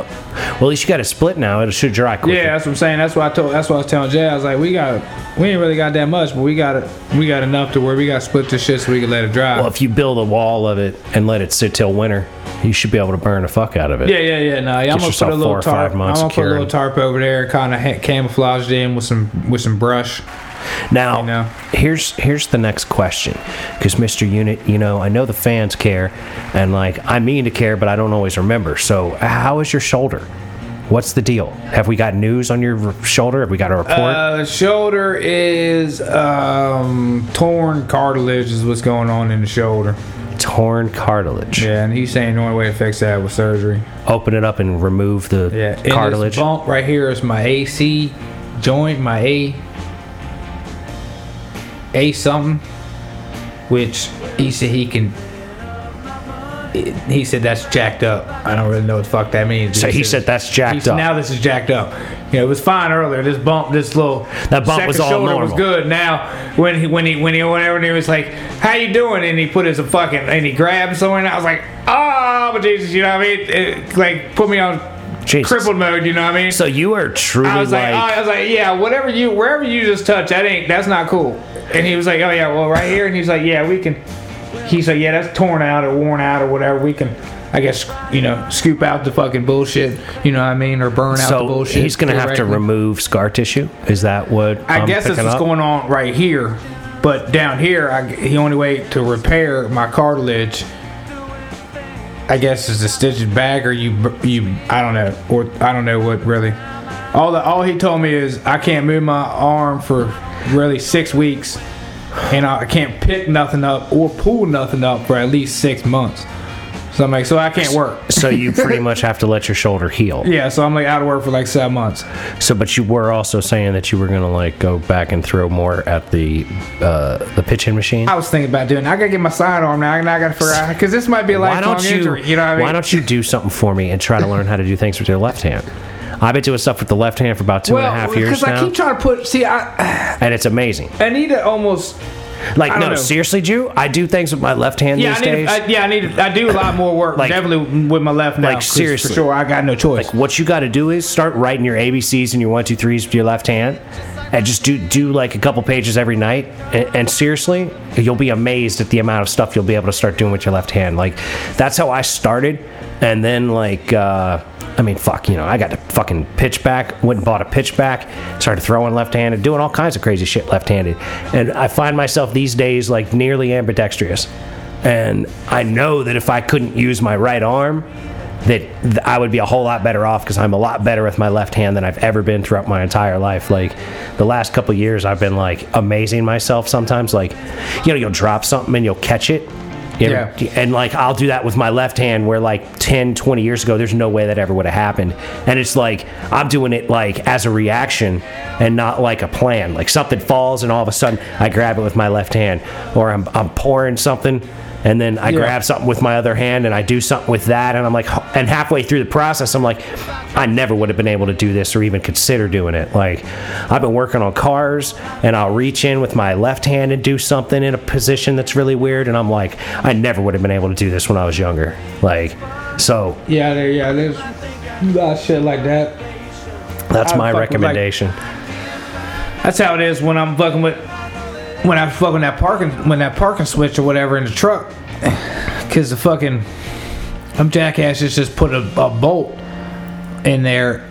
[SPEAKER 1] Well, at least you got it split now. It should dry quicker.
[SPEAKER 2] Yeah, that's what I'm saying. That's why I told. That's why I was telling Jay. I was like, we got, we ain't really got that much, but we got, we got enough to where we got to split this shit so we can let it dry.
[SPEAKER 1] Well, if you build a wall of it and let it sit till winter, you should be able to burn the fuck out of it.
[SPEAKER 2] yeah, yeah, yeah. No, yeah, I'm gonna put
[SPEAKER 1] yourself
[SPEAKER 2] a
[SPEAKER 1] four
[SPEAKER 2] little
[SPEAKER 1] or five
[SPEAKER 2] tarp. I'm
[SPEAKER 1] months
[SPEAKER 2] gonna put a
[SPEAKER 1] cured.
[SPEAKER 2] little tarp over there, kind of ha- camouflaged in with some, with some brush.
[SPEAKER 1] Now,
[SPEAKER 2] know.
[SPEAKER 1] here's here's the next question, because Mr. Unit, you know, I know the fans care, and like I mean to care, but I don't always remember. So, how is your shoulder? What's the deal? Have we got news on your r- shoulder? Have we got a report?
[SPEAKER 2] Uh, shoulder is um, torn cartilage is what's going on in the shoulder.
[SPEAKER 1] Torn cartilage.
[SPEAKER 2] Yeah, and he's saying the only way to fix that was surgery.
[SPEAKER 1] Open it up and remove the
[SPEAKER 2] Yeah, and
[SPEAKER 1] cartilage.
[SPEAKER 2] This bump right here is my AC joint, my A, A something, which he said he can. He said that's jacked up. I don't really know what the fuck that means.
[SPEAKER 1] So he said that's jacked
[SPEAKER 2] he said,
[SPEAKER 1] up.
[SPEAKER 2] Now this is jacked up. You know, it was fine earlier. This bump, this little
[SPEAKER 1] That bump was
[SPEAKER 2] second
[SPEAKER 1] all
[SPEAKER 2] shoulder was
[SPEAKER 1] normal.
[SPEAKER 2] good. Now when he when he when he whenever he was like, "How you doing?" and he put his fucking and he grabbed someone. I was like, "Oh, but Jesus," you know what I mean? It, like put me on
[SPEAKER 1] Jesus.
[SPEAKER 2] crippled mode. You know what I mean?
[SPEAKER 1] So you are truly
[SPEAKER 2] I was like, oh, I was like, yeah, whatever you, wherever you just touch, that ain't, that's not cool. And he was like, oh yeah, well right here, and he's like, yeah, we can. He's like, yeah, that's torn out or worn out or whatever. We can I guess you know, scoop out the fucking bullshit. You know what I mean, or burn out the
[SPEAKER 1] So
[SPEAKER 2] bullshit.
[SPEAKER 1] he's going to have to
[SPEAKER 2] directly.
[SPEAKER 1] remove scar tissue. Is that what
[SPEAKER 2] I
[SPEAKER 1] I'm
[SPEAKER 2] guess that's
[SPEAKER 1] picking
[SPEAKER 2] what's
[SPEAKER 1] up?
[SPEAKER 2] going on right here. But down here, I, the only way to repair my cartilage, I guess, is to stitch it back, or you, you, I don't know, or I don't know what really. All the, all he told me is I can't move my arm for really six weeks, and I can't pick nothing up or pull nothing up for at least six months. So I'm like, so I can't work.
[SPEAKER 1] so you pretty much have to let your shoulder heal.
[SPEAKER 2] Yeah, so I'm like out of work for like seven months.
[SPEAKER 1] So, but you were also saying that you were going to like go back and throw more at the uh, the pitching machine.
[SPEAKER 2] I was thinking about doing. I gotta get my sidearm now. Now I gotta figure out because this might be a
[SPEAKER 1] why
[SPEAKER 2] lifelong
[SPEAKER 1] don't you?
[SPEAKER 2] injury. You know what I mean?
[SPEAKER 1] Why don't you do something for me and try to learn how to do things with your left hand? I've been doing stuff with the left hand for about two and a
[SPEAKER 2] well,
[SPEAKER 1] half
[SPEAKER 2] because
[SPEAKER 1] years
[SPEAKER 2] I
[SPEAKER 1] now,
[SPEAKER 2] keep trying to put. See, I
[SPEAKER 1] and it's amazing.
[SPEAKER 2] I need to almost.
[SPEAKER 1] Like,
[SPEAKER 2] I don't
[SPEAKER 1] no,
[SPEAKER 2] know.
[SPEAKER 1] seriously, Jew, I do things with my left hand
[SPEAKER 2] Yeah,
[SPEAKER 1] these
[SPEAKER 2] I need.
[SPEAKER 1] days.
[SPEAKER 2] to- I, yeah, I need. to- I do a lot more work.
[SPEAKER 1] Like-
[SPEAKER 2] definitely with my left now.
[SPEAKER 1] like,
[SPEAKER 2] 'cause
[SPEAKER 1] seriously.
[SPEAKER 2] for sure. I got no choice.
[SPEAKER 1] what you got to do is start writing your ABCs and your one two threes with your left hand, and just do do like a couple pages every night. And, and seriously, you'll be amazed at the amount of stuff you'll be able to start doing with your left hand. Like that's how I started, and then like. Uh, I mean, fuck, you know, I got to fucking pitch back, went and bought a pitch back, started throwing left handed, doing all kinds of crazy shit left handed. And I find myself these days like nearly ambidextrous. And I know that if I couldn't use my right arm, that th- I would be a whole lot better off because I'm a lot better with my left hand than I've ever been throughout my entire life. Like the last couple years, I've been like amazing myself sometimes. Like, you know, you'll drop something and you'll catch it. You know,
[SPEAKER 2] Yeah.
[SPEAKER 1] And like, I'll do that with my left hand where like 10, 20 years ago, there's no way that ever would have happened. And it's like, I'm doing it like as a reaction and not like a plan. Like something falls and all of a sudden I grab it with my left hand or I'm, I'm pouring something and then I
[SPEAKER 2] Yeah.
[SPEAKER 1] grab something with my other hand and I do something with that and I'm like and halfway through the process I'm like I never would have been able to do this or even consider doing it like I've been working on cars and I'll reach in with my left hand and do something in a position that's really weird and I'm like I never would have been able to do this when I was younger like so
[SPEAKER 2] Yeah, there, yeah. There's a lot of shit like that.
[SPEAKER 1] that's
[SPEAKER 2] I
[SPEAKER 1] my
[SPEAKER 2] fucking like-
[SPEAKER 1] recommendation
[SPEAKER 2] That's how it is when I'm fucking with when I'm fucking that parking when that parking switch or whatever in the truck. <sighs> Cause the fucking them jackasses just put a, a bolt in there.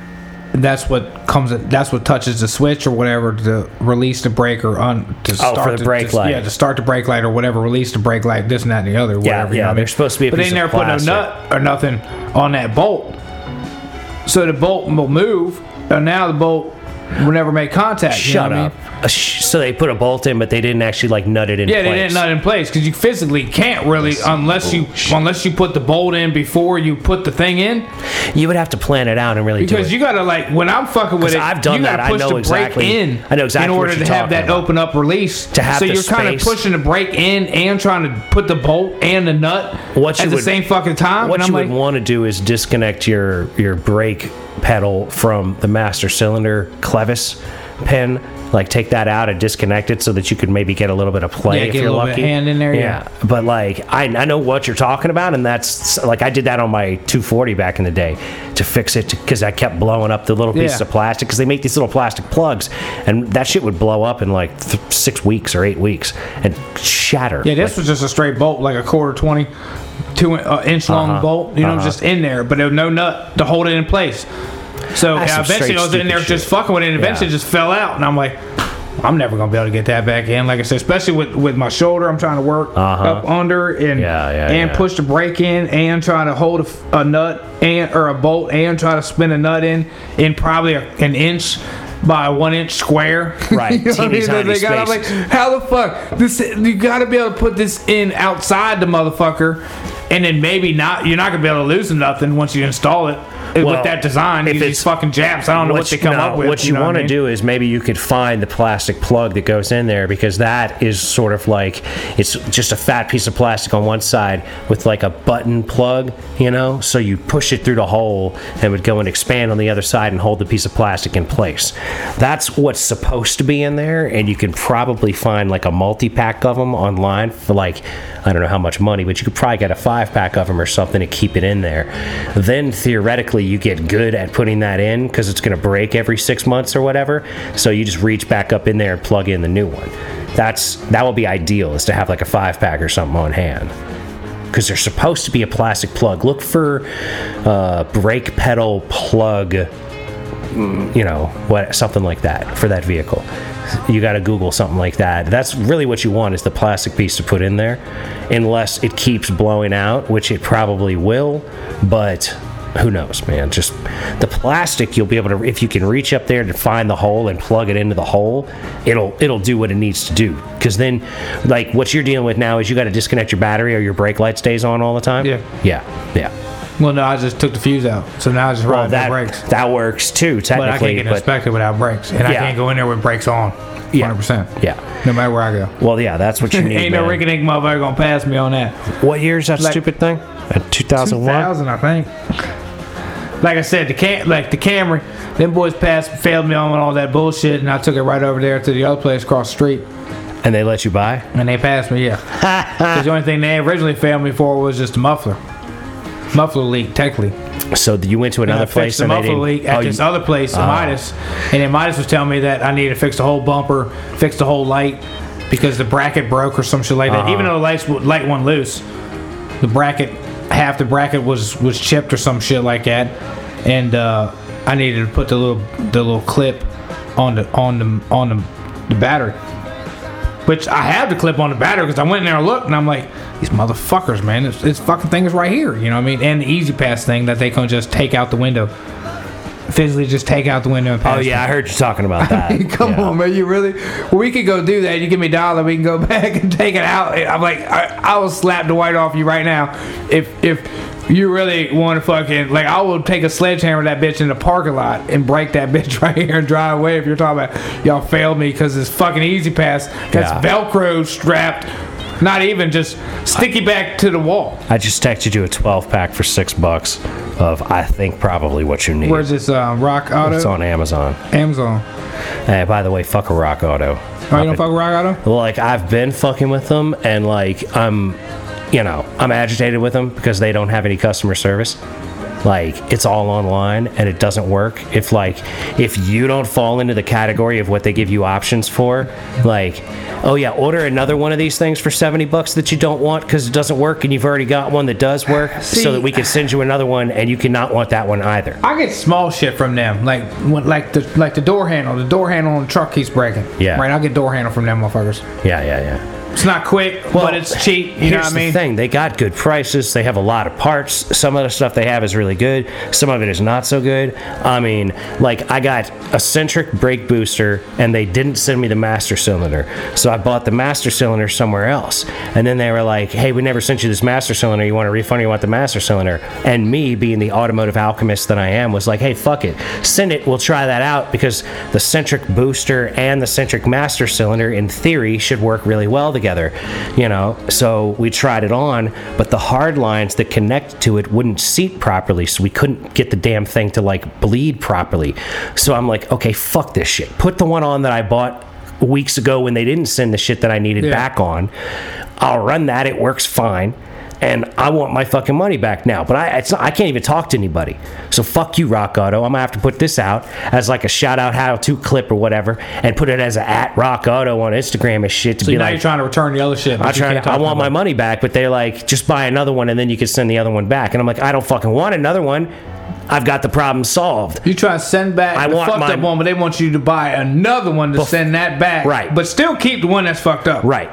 [SPEAKER 2] That's what comes. That's what touches the switch or whatever to release the brake or un to
[SPEAKER 1] Oh, for the brake
[SPEAKER 2] to-
[SPEAKER 1] light.
[SPEAKER 2] Yeah, to start the brake light or whatever. Release the brake light. This and that and the other. Whatever. you
[SPEAKER 1] yeah,
[SPEAKER 2] know what I
[SPEAKER 1] they're
[SPEAKER 2] mean?
[SPEAKER 1] supposed to be a
[SPEAKER 2] But
[SPEAKER 1] piece
[SPEAKER 2] they never
[SPEAKER 1] of
[SPEAKER 2] put no
[SPEAKER 1] plastic.
[SPEAKER 2] nut or nothing on that bolt. So the bolt will move, and now the bolt will never make contact. you know
[SPEAKER 1] shut
[SPEAKER 2] what I mean?
[SPEAKER 1] up Uh, sh- so they put a bolt in but they didn't actually like nut it in
[SPEAKER 2] Yeah,
[SPEAKER 1] place.
[SPEAKER 2] they didn't nut in place because you physically can't really unless you unless you put the bolt in before you put the thing in
[SPEAKER 1] you would have to plan it out and really do it
[SPEAKER 2] because you gotta like when I'm fucking
[SPEAKER 1] 'Cause
[SPEAKER 2] with it,
[SPEAKER 1] I've done
[SPEAKER 2] you gotta
[SPEAKER 1] that. I
[SPEAKER 2] push
[SPEAKER 1] know
[SPEAKER 2] the
[SPEAKER 1] exactly-
[SPEAKER 2] brake in.
[SPEAKER 1] I know exactly
[SPEAKER 2] in
[SPEAKER 1] what
[SPEAKER 2] order
[SPEAKER 1] you're
[SPEAKER 2] to have
[SPEAKER 1] talking
[SPEAKER 2] that
[SPEAKER 1] about.
[SPEAKER 2] open up release.
[SPEAKER 1] To have
[SPEAKER 2] so
[SPEAKER 1] the
[SPEAKER 2] you're kind
[SPEAKER 1] space.
[SPEAKER 2] of pushing the brake in and trying to put the bolt and the nut
[SPEAKER 1] What
[SPEAKER 2] at
[SPEAKER 1] you
[SPEAKER 2] the
[SPEAKER 1] would-
[SPEAKER 2] same fucking time.
[SPEAKER 1] What
[SPEAKER 2] and I'm
[SPEAKER 1] you
[SPEAKER 2] like,
[SPEAKER 1] would want to do is disconnect your your brake pedal from the master cylinder clevis pin. Like take that out and disconnect it so that you could maybe get a little bit of play
[SPEAKER 2] Yeah,
[SPEAKER 1] if
[SPEAKER 2] get a
[SPEAKER 1] you're
[SPEAKER 2] little bit
[SPEAKER 1] lucky.
[SPEAKER 2] of hand in there, yeah.
[SPEAKER 1] but like I, I know what you're talking about, and that's like I did that on my 240 back in the day to fix it because I kept blowing up the little pieces
[SPEAKER 2] Yeah.
[SPEAKER 1] of plastic because they make these little plastic plugs, and that shit would blow up in like th- six weeks or eight weeks and shatter.
[SPEAKER 2] Yeah, this was just a straight bolt, like a quarter twenty, two in- uh, inch long
[SPEAKER 1] Uh-huh,
[SPEAKER 2] bolt. You know,
[SPEAKER 1] uh-huh.
[SPEAKER 2] just in there, but there was no nut to hold it in place. So
[SPEAKER 1] That's
[SPEAKER 2] yeah,
[SPEAKER 1] some
[SPEAKER 2] eventually
[SPEAKER 1] straight
[SPEAKER 2] I was in
[SPEAKER 1] stupid
[SPEAKER 2] there
[SPEAKER 1] shit.
[SPEAKER 2] just fucking with it. And eventually
[SPEAKER 1] Yeah.
[SPEAKER 2] it just fell out, and I'm like, I'm never gonna be able to get that back in. Like I said, especially with with my shoulder, I'm trying to work
[SPEAKER 1] Uh-huh.
[SPEAKER 2] up under and
[SPEAKER 1] Yeah, yeah,
[SPEAKER 2] and
[SPEAKER 1] yeah.
[SPEAKER 2] push the brake in, and trying to hold a, f- a nut and or a bolt, and try to spin a nut in in probably a, an inch. By a one inch square,
[SPEAKER 1] Right,
[SPEAKER 2] <laughs> you know what I mean?
[SPEAKER 1] teeny-tiny
[SPEAKER 2] They got- I'm
[SPEAKER 1] space.
[SPEAKER 2] like, how the fuck? This you gotta be able to put this in outside the motherfucker, and then maybe not. You're not gonna be able to lose nothing once you install it
[SPEAKER 1] Well,
[SPEAKER 2] with that design.
[SPEAKER 1] if
[SPEAKER 2] If
[SPEAKER 1] it's-
[SPEAKER 2] it's fucking jabs, I don't know what, they
[SPEAKER 1] you-
[SPEAKER 2] come
[SPEAKER 1] no,
[SPEAKER 2] up with.
[SPEAKER 1] What you,
[SPEAKER 2] know
[SPEAKER 1] want
[SPEAKER 2] I
[SPEAKER 1] to
[SPEAKER 2] mean?
[SPEAKER 1] do is maybe you could find the plastic plug that goes in there because that is sort of like it's just a fat piece of plastic on one side with like a button plug, you know. So you push it through the hole and would go and expand on the other side and hold the piece of plastic in place. That's what's supposed to be in there, and you can probably find like a multi pack of them online for like I don't know how much money, but you could probably get a five pack of them or something to keep it in there. Then theoretically, you get good at putting that in because it's going to break every six months or whatever. So you just reach back up in there and plug in the new one. That's that would be ideal is to have like a five pack or something on hand. because they're supposed to be a plastic plug. Look for uh, brake pedal plug, you know, what something like that for that vehicle. You got to Google something like that. That's really what you want is the plastic piece to put in there, unless it keeps blowing out, which it probably will. But who knows, man? Just the plastic, you'll be able to if you can reach up there to find the hole and plug it into the hole, it'll it'll do what it needs to do. Because then, like what you're dealing with now is you got to disconnect your battery or your brake light stays on all the time.
[SPEAKER 2] Yeah.
[SPEAKER 1] yeah, yeah.
[SPEAKER 2] Well, no, I just took the fuse out, so now I just
[SPEAKER 1] Well,
[SPEAKER 2] ride
[SPEAKER 1] that
[SPEAKER 2] no brakes.
[SPEAKER 1] that works too
[SPEAKER 2] But I can't
[SPEAKER 1] technically,
[SPEAKER 2] get
[SPEAKER 1] but,
[SPEAKER 2] inspected without brakes, and I
[SPEAKER 1] Yeah.
[SPEAKER 2] can't go in there with brakes on.
[SPEAKER 1] Yeah.
[SPEAKER 2] 100%.
[SPEAKER 1] yeah.
[SPEAKER 2] No matter where I go.
[SPEAKER 1] Well, yeah, that's
[SPEAKER 2] <laughs>
[SPEAKER 1] what you need.
[SPEAKER 2] Ain't no
[SPEAKER 1] man.
[SPEAKER 2] rickety motherfucker gonna pass me on that.
[SPEAKER 1] what year is that
[SPEAKER 2] Like-
[SPEAKER 1] stupid thing? Uh, Two thousand one.
[SPEAKER 2] 2000, I think. Like I said, the cam- like the Camry, them boys passed, failed me on all that bullshit, and I took it right over there to the other place across the street,
[SPEAKER 1] And they let you buy.
[SPEAKER 2] and they passed me. Yeah, 'Cause the only thing they originally failed me for was just the muffler, muffler leak, technically.
[SPEAKER 1] So you went to
[SPEAKER 2] And
[SPEAKER 1] another
[SPEAKER 2] I fixed
[SPEAKER 1] place
[SPEAKER 2] the
[SPEAKER 1] and they
[SPEAKER 2] muffler
[SPEAKER 1] didn't.
[SPEAKER 2] leak at
[SPEAKER 1] oh, you-
[SPEAKER 2] this other place, Midas, and then Midas was telling me that I needed to fix the whole bumper, fix the whole light because the bracket broke or some shit like
[SPEAKER 1] Uh-huh.
[SPEAKER 2] that. Even though the lights w- light one loose, the bracket half the bracket was was chipped or some shit like that, and uh, I needed to put the little the little clip on the on the on the, the battery. Which I have the clip on the battery because I went in there and looked and I'm like, these motherfuckers, man, this, this fucking thing is right here. You know what I mean? And the Easy Pass thing that they can just take out the window, physically just take out the window and pass.
[SPEAKER 1] oh yeah, I heard you talking
[SPEAKER 2] <laughs>
[SPEAKER 1] about that.
[SPEAKER 2] Come
[SPEAKER 1] Yeah.
[SPEAKER 2] on, man! You really? We could go do that. You give me a dollar, we can go <laughs> back and take it out. I'm like, I, I will slap the white off you right now. If if you really want to fucking like, I will take a sledgehammer to that bitch in the parking lot and break that <laughs> bitch right here and drive away. If you're talking about y'all failed me because it's fucking easy pass that's
[SPEAKER 1] Yeah.
[SPEAKER 2] Velcro strapped, not even just sticky back to the wall.
[SPEAKER 1] I just texted you a 12 pack for six bucks of I think probably what you need.
[SPEAKER 2] Where's this um, Rock
[SPEAKER 1] it's
[SPEAKER 2] Auto?
[SPEAKER 1] on Amazon.
[SPEAKER 2] Amazon.
[SPEAKER 1] Hey, by the way, fuck a Rock Auto.
[SPEAKER 2] Oh, you don't fuck with Rock Auto?
[SPEAKER 1] Like I've been fucking with them, and like I'm, you know, I'm agitated with them because they don't have any customer service. Like it's all online and it doesn't work. If like if you don't fall into the category of what they give you options for, like, oh yeah, order another one of these things for seventy bucks that you don't want because it doesn't work, and you've already got one that does work,
[SPEAKER 2] See-
[SPEAKER 1] so that we can send you another one, and you cannot want that one either.
[SPEAKER 2] I get small shit from them, like when, like the like the door handle. The door handle on the truck keeps breaking.
[SPEAKER 1] Yeah.
[SPEAKER 2] Right. I get door handle from them motherfuckers.
[SPEAKER 1] Yeah, yeah, yeah.
[SPEAKER 2] It's not quick, but it's cheap. You know
[SPEAKER 1] here's
[SPEAKER 2] what I
[SPEAKER 1] the
[SPEAKER 2] mean?
[SPEAKER 1] thing: they got good prices. They have a lot of parts. Some of the stuff they have is really good. Some of it is not so good. I mean, like I got a centric brake booster, and they didn't send me the master cylinder, so I bought the master cylinder somewhere else. And then they were like, "Hey, we never sent you this master cylinder. You want a refund? or You want the master cylinder?" And me, being the automotive alchemist that I am, was like, "Hey, fuck it, send it. We'll try that out because the centric booster and the centric master cylinder, in theory, should work really well together." You know, so we tried it on, but the hard lines that connect to it wouldn't seat properly, so we couldn't get the damn thing to like bleed properly. So I'm like, "Okay, fuck this shit. Put the one on that I bought." Weeks ago, when they didn't send the shit that I needed
[SPEAKER 2] Yeah.
[SPEAKER 1] back back on. I'll run that; it works fine, and I want my fucking money back now. But I, it's not, I can't even talk to anybody. So fuck you, Rock Auto. I'm gonna have to put this out as like a shout out how to clip or whatever, and put it as a at Rock Auto on Instagram and shit to
[SPEAKER 2] So
[SPEAKER 1] be
[SPEAKER 2] now
[SPEAKER 1] like.
[SPEAKER 2] you're trying to return the other shit. but
[SPEAKER 1] I
[SPEAKER 2] you
[SPEAKER 1] try.
[SPEAKER 2] can't talk
[SPEAKER 1] I want
[SPEAKER 2] about
[SPEAKER 1] my
[SPEAKER 2] it.
[SPEAKER 1] money back, but they're like, just buy another one, and then you can send the other one back. And I'm like, I don't fucking want another one. I've got the problem solved.
[SPEAKER 2] You try to send back
[SPEAKER 1] I
[SPEAKER 2] the
[SPEAKER 1] want
[SPEAKER 2] fucked
[SPEAKER 1] my-
[SPEAKER 2] up one, but they want you to buy another one to send that back.
[SPEAKER 1] Right.
[SPEAKER 2] But still keep the one that's fucked up. <laughs>
[SPEAKER 1] Right.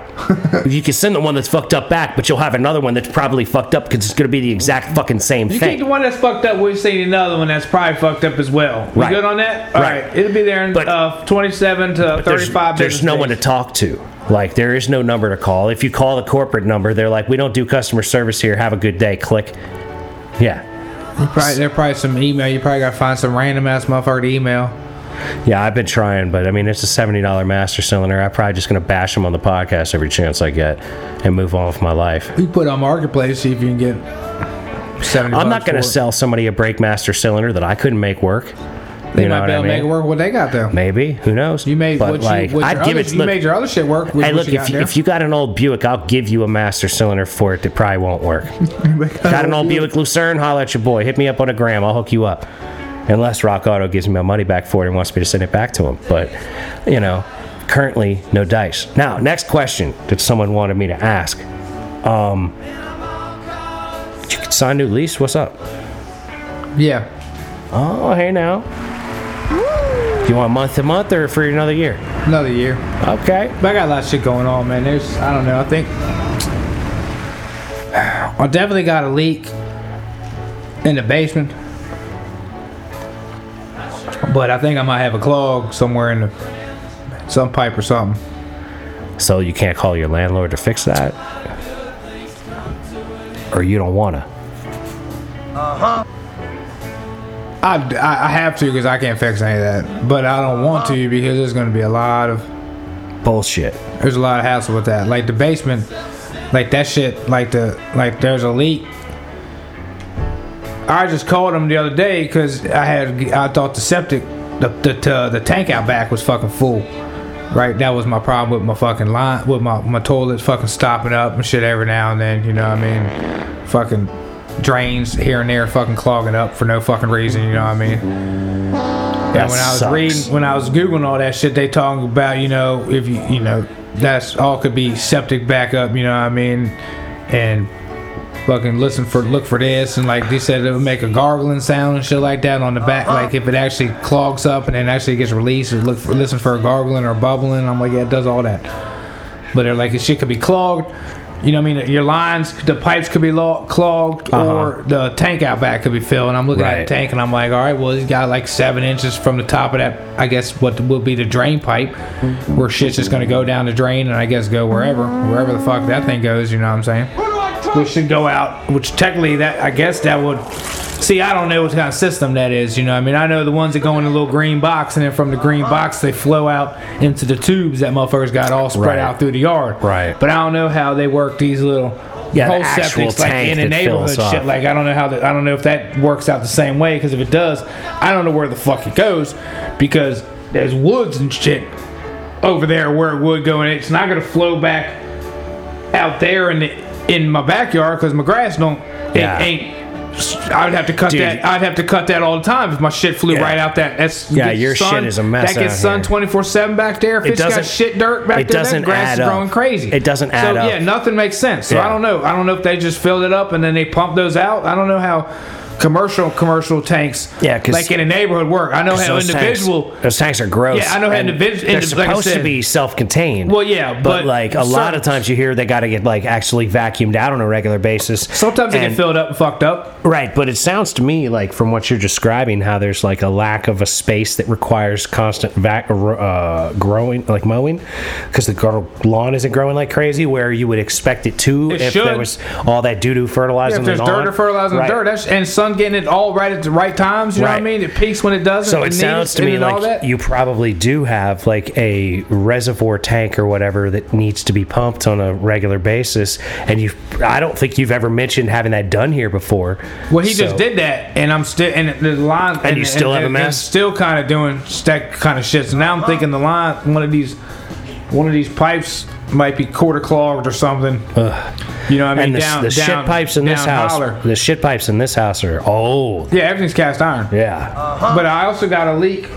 [SPEAKER 1] you can send the one that's fucked up back, but you'll have another one that's probably fucked up because it's going to be the exact fucking same
[SPEAKER 2] You
[SPEAKER 1] thing.
[SPEAKER 2] keep the one that's fucked up, we've seen another one that's probably fucked up as well. We
[SPEAKER 1] Right.
[SPEAKER 2] good on that? All
[SPEAKER 1] Right.
[SPEAKER 2] It'll be there in
[SPEAKER 1] But-
[SPEAKER 2] uh, 27 to 35
[SPEAKER 1] there's, there's
[SPEAKER 2] business
[SPEAKER 1] no
[SPEAKER 2] days.
[SPEAKER 1] one to talk to like there is no number to call if you call the corporate number they're like we don't do customer service here have a good day click yeah
[SPEAKER 2] Probably, there probably some email. You probably got to find some random ass motherfucker to email.
[SPEAKER 1] yeah i've been trying but i mean it's a $70 master cylinder i'm probably just going to bash them on the podcast every chance i get and move on with my life
[SPEAKER 2] You put on marketplace, see if you can get seventy.
[SPEAKER 1] i'm not
[SPEAKER 2] bucks
[SPEAKER 1] going
[SPEAKER 2] for
[SPEAKER 1] to
[SPEAKER 2] it.
[SPEAKER 1] sell somebody a brake master cylinder that i couldn't make work
[SPEAKER 2] They
[SPEAKER 1] you know
[SPEAKER 2] might
[SPEAKER 1] what
[SPEAKER 2] be
[SPEAKER 1] i
[SPEAKER 2] able to make it
[SPEAKER 1] mean
[SPEAKER 2] work what they got though.
[SPEAKER 1] maybe who knows
[SPEAKER 2] You made
[SPEAKER 1] but
[SPEAKER 2] what
[SPEAKER 1] like
[SPEAKER 2] you, what
[SPEAKER 1] i'd
[SPEAKER 2] your
[SPEAKER 1] give
[SPEAKER 2] other,
[SPEAKER 1] it
[SPEAKER 2] you
[SPEAKER 1] look,
[SPEAKER 2] made your other shit work. With
[SPEAKER 1] Hey,
[SPEAKER 2] what
[SPEAKER 1] look,
[SPEAKER 2] you got
[SPEAKER 1] if,
[SPEAKER 2] there.
[SPEAKER 1] if you got an old Buick, I'll give you a master cylinder for it that probably won't
[SPEAKER 2] <laughs>
[SPEAKER 1] work. got an old Buick Lucerne, holler at your boy. Hit me up on a gram. I'll hook you up. Unless Rock Auto gives me my money back for it and wants me to send it back to him. But, you know, currently, no dice. Now, next question that someone wanted me to ask. Um, Sign new lease. What's up?
[SPEAKER 2] Yeah.
[SPEAKER 1] Oh, hey now. Do you want month to month or for another year?
[SPEAKER 2] Another year.
[SPEAKER 1] Okay.
[SPEAKER 2] But I got a lot of shit going on, man. There's, I don't know. I think <sighs> I definitely got a leak in the basement, but I think I might have a clog somewhere in the some pipe or something.
[SPEAKER 1] So you can't call your landlord to fix that? Or you don't want to?
[SPEAKER 2] I, I, I have to because I can't fix any of that, but I don't want to because there's going to be a lot of
[SPEAKER 1] Bullshit.
[SPEAKER 2] there's a lot of hassle with that. Like the basement, like that shit, like the like there's a leak. I just called him the other day because I had I thought the septic, the the the, the tank out back was fucking full. Right, that was my problem with my fucking line, with my my toilet fucking stopping up and shit every now and then. You know what I mean? Fucking drains here and there, fucking clogging up for no fucking reason. You know what I mean?
[SPEAKER 1] That
[SPEAKER 2] And when I was
[SPEAKER 1] sucks.
[SPEAKER 2] reading, when I was googling all that shit, they talking about you know if you you know that's all could be septic backup. You know what I mean? And fucking listen for look for this and like they said it would make a gargling sound and shit like that on the back. Like if it actually clogs up and then actually gets released, it look for listen for a gargling or bubbling. I'm like yeah, it does all that. But they're like this shit could be clogged. You know what I mean? Your lines, the pipes could be lo- clogged, or the tank out back could be filled. And I'm looking at
[SPEAKER 1] Right.
[SPEAKER 2] the tank, and I'm like, all right, well, it's got like seven inches from the top of that. I guess what would be the drain pipe, where shit's just gonna go down the drain, and I guess go wherever, wherever the fuck that thing goes. You know what I'm saying? Which should go out. Which technically, that I guess that would. See, I don't know what kind of system that is. You know, what I mean, I know the ones that go in the little green box, and then from the green box they flow out into the tubes that motherfuckers got all spread
[SPEAKER 1] Right.
[SPEAKER 2] out through the yard.
[SPEAKER 1] Right.
[SPEAKER 2] But I don't know how they work these little
[SPEAKER 1] Yeah, the
[SPEAKER 2] whole
[SPEAKER 1] actual
[SPEAKER 2] septics like
[SPEAKER 1] tank
[SPEAKER 2] in a
[SPEAKER 1] that fills
[SPEAKER 2] neighborhood
[SPEAKER 1] up.
[SPEAKER 2] shit. Like I don't know how that. I don't know if that works out the same way. Because if it does, I don't know where the fuck it goes. Because there's woods and shit over there where it would go, and it's not gonna flow back out there in the, in my backyard because my grass don't it
[SPEAKER 1] Yeah.
[SPEAKER 2] ain't. I would have to cut
[SPEAKER 1] Dude.
[SPEAKER 2] that. I'd have to cut that all the time if my shit flew
[SPEAKER 1] Yeah.
[SPEAKER 2] right out that. That's
[SPEAKER 1] Yeah,
[SPEAKER 2] gets
[SPEAKER 1] your shit is a mess
[SPEAKER 2] That gets
[SPEAKER 1] out
[SPEAKER 2] sun
[SPEAKER 1] here.
[SPEAKER 2] twenty four seven back there. If
[SPEAKER 1] It
[SPEAKER 2] it has got
[SPEAKER 1] doesn't-
[SPEAKER 2] shit dirt back
[SPEAKER 1] it
[SPEAKER 2] there,
[SPEAKER 1] doesn't
[SPEAKER 2] that grass
[SPEAKER 1] add
[SPEAKER 2] is
[SPEAKER 1] up.
[SPEAKER 2] growing crazy.
[SPEAKER 1] It doesn't
[SPEAKER 2] so,
[SPEAKER 1] add up.
[SPEAKER 2] Yeah, nothing makes sense. So
[SPEAKER 1] Yeah.
[SPEAKER 2] I don't know. I don't know if they just filled it up and then they pumped those out. I don't know how commercial commercial tanks,
[SPEAKER 1] Yeah, 'cause-
[SPEAKER 2] like in a neighborhood, work. I know how
[SPEAKER 1] Those
[SPEAKER 2] individual.
[SPEAKER 1] Tanks, those tanks are gross.
[SPEAKER 2] Yeah, I know how
[SPEAKER 1] and
[SPEAKER 2] individ-
[SPEAKER 1] They're
[SPEAKER 2] indiv- like I
[SPEAKER 1] supposed to
[SPEAKER 2] said-
[SPEAKER 1] be self-contained.
[SPEAKER 2] Well, yeah,
[SPEAKER 1] but,
[SPEAKER 2] but
[SPEAKER 1] like a lot of
[SPEAKER 2] certain-
[SPEAKER 1] times you hear they got to get like actually vacuumed out on a regular basis.
[SPEAKER 2] Sometimes they get
[SPEAKER 1] And-
[SPEAKER 2] filled up and fucked up.
[SPEAKER 1] Right, but it sounds to me like from what you're describing, how there's like a lack of a space that requires constant vac- uh, growing, like mowing, because the gar- lawn isn't growing like crazy, where you would expect it to
[SPEAKER 2] It
[SPEAKER 1] if there
[SPEAKER 2] should.
[SPEAKER 1] was all that doo doo fertilizing.
[SPEAKER 2] If there's
[SPEAKER 1] the
[SPEAKER 2] dirt
[SPEAKER 1] lawn.
[SPEAKER 2] or fertilizing
[SPEAKER 1] Right.
[SPEAKER 2] dirt, that's, and sun getting it all right at the right times, you know what
[SPEAKER 1] Right.
[SPEAKER 2] I mean? It peaks when it doesn't.
[SPEAKER 1] So
[SPEAKER 2] and
[SPEAKER 1] it
[SPEAKER 2] needs
[SPEAKER 1] sounds to
[SPEAKER 2] and
[SPEAKER 1] me
[SPEAKER 2] all
[SPEAKER 1] like
[SPEAKER 2] that.
[SPEAKER 1] you probably do have like a reservoir tank or whatever that needs to be pumped on a regular basis, and you. I don't think you've ever mentioned having that done here before.
[SPEAKER 2] Well, he
[SPEAKER 1] So-
[SPEAKER 2] just did that, and I'm still and the line. And,
[SPEAKER 1] you still have a mess?
[SPEAKER 2] Still kind of doing that kind of shit. So now I'm thinking the line, one of these, one of these pipes might be quarter clogged or something. You know what I
[SPEAKER 1] And
[SPEAKER 2] mean?
[SPEAKER 1] the, the shit pipes in this
[SPEAKER 2] down
[SPEAKER 1] house,
[SPEAKER 2] holler.
[SPEAKER 1] the shit pipes in this house are old.
[SPEAKER 2] Yeah, everything's cast iron.
[SPEAKER 1] Yeah,
[SPEAKER 2] But I also got a leak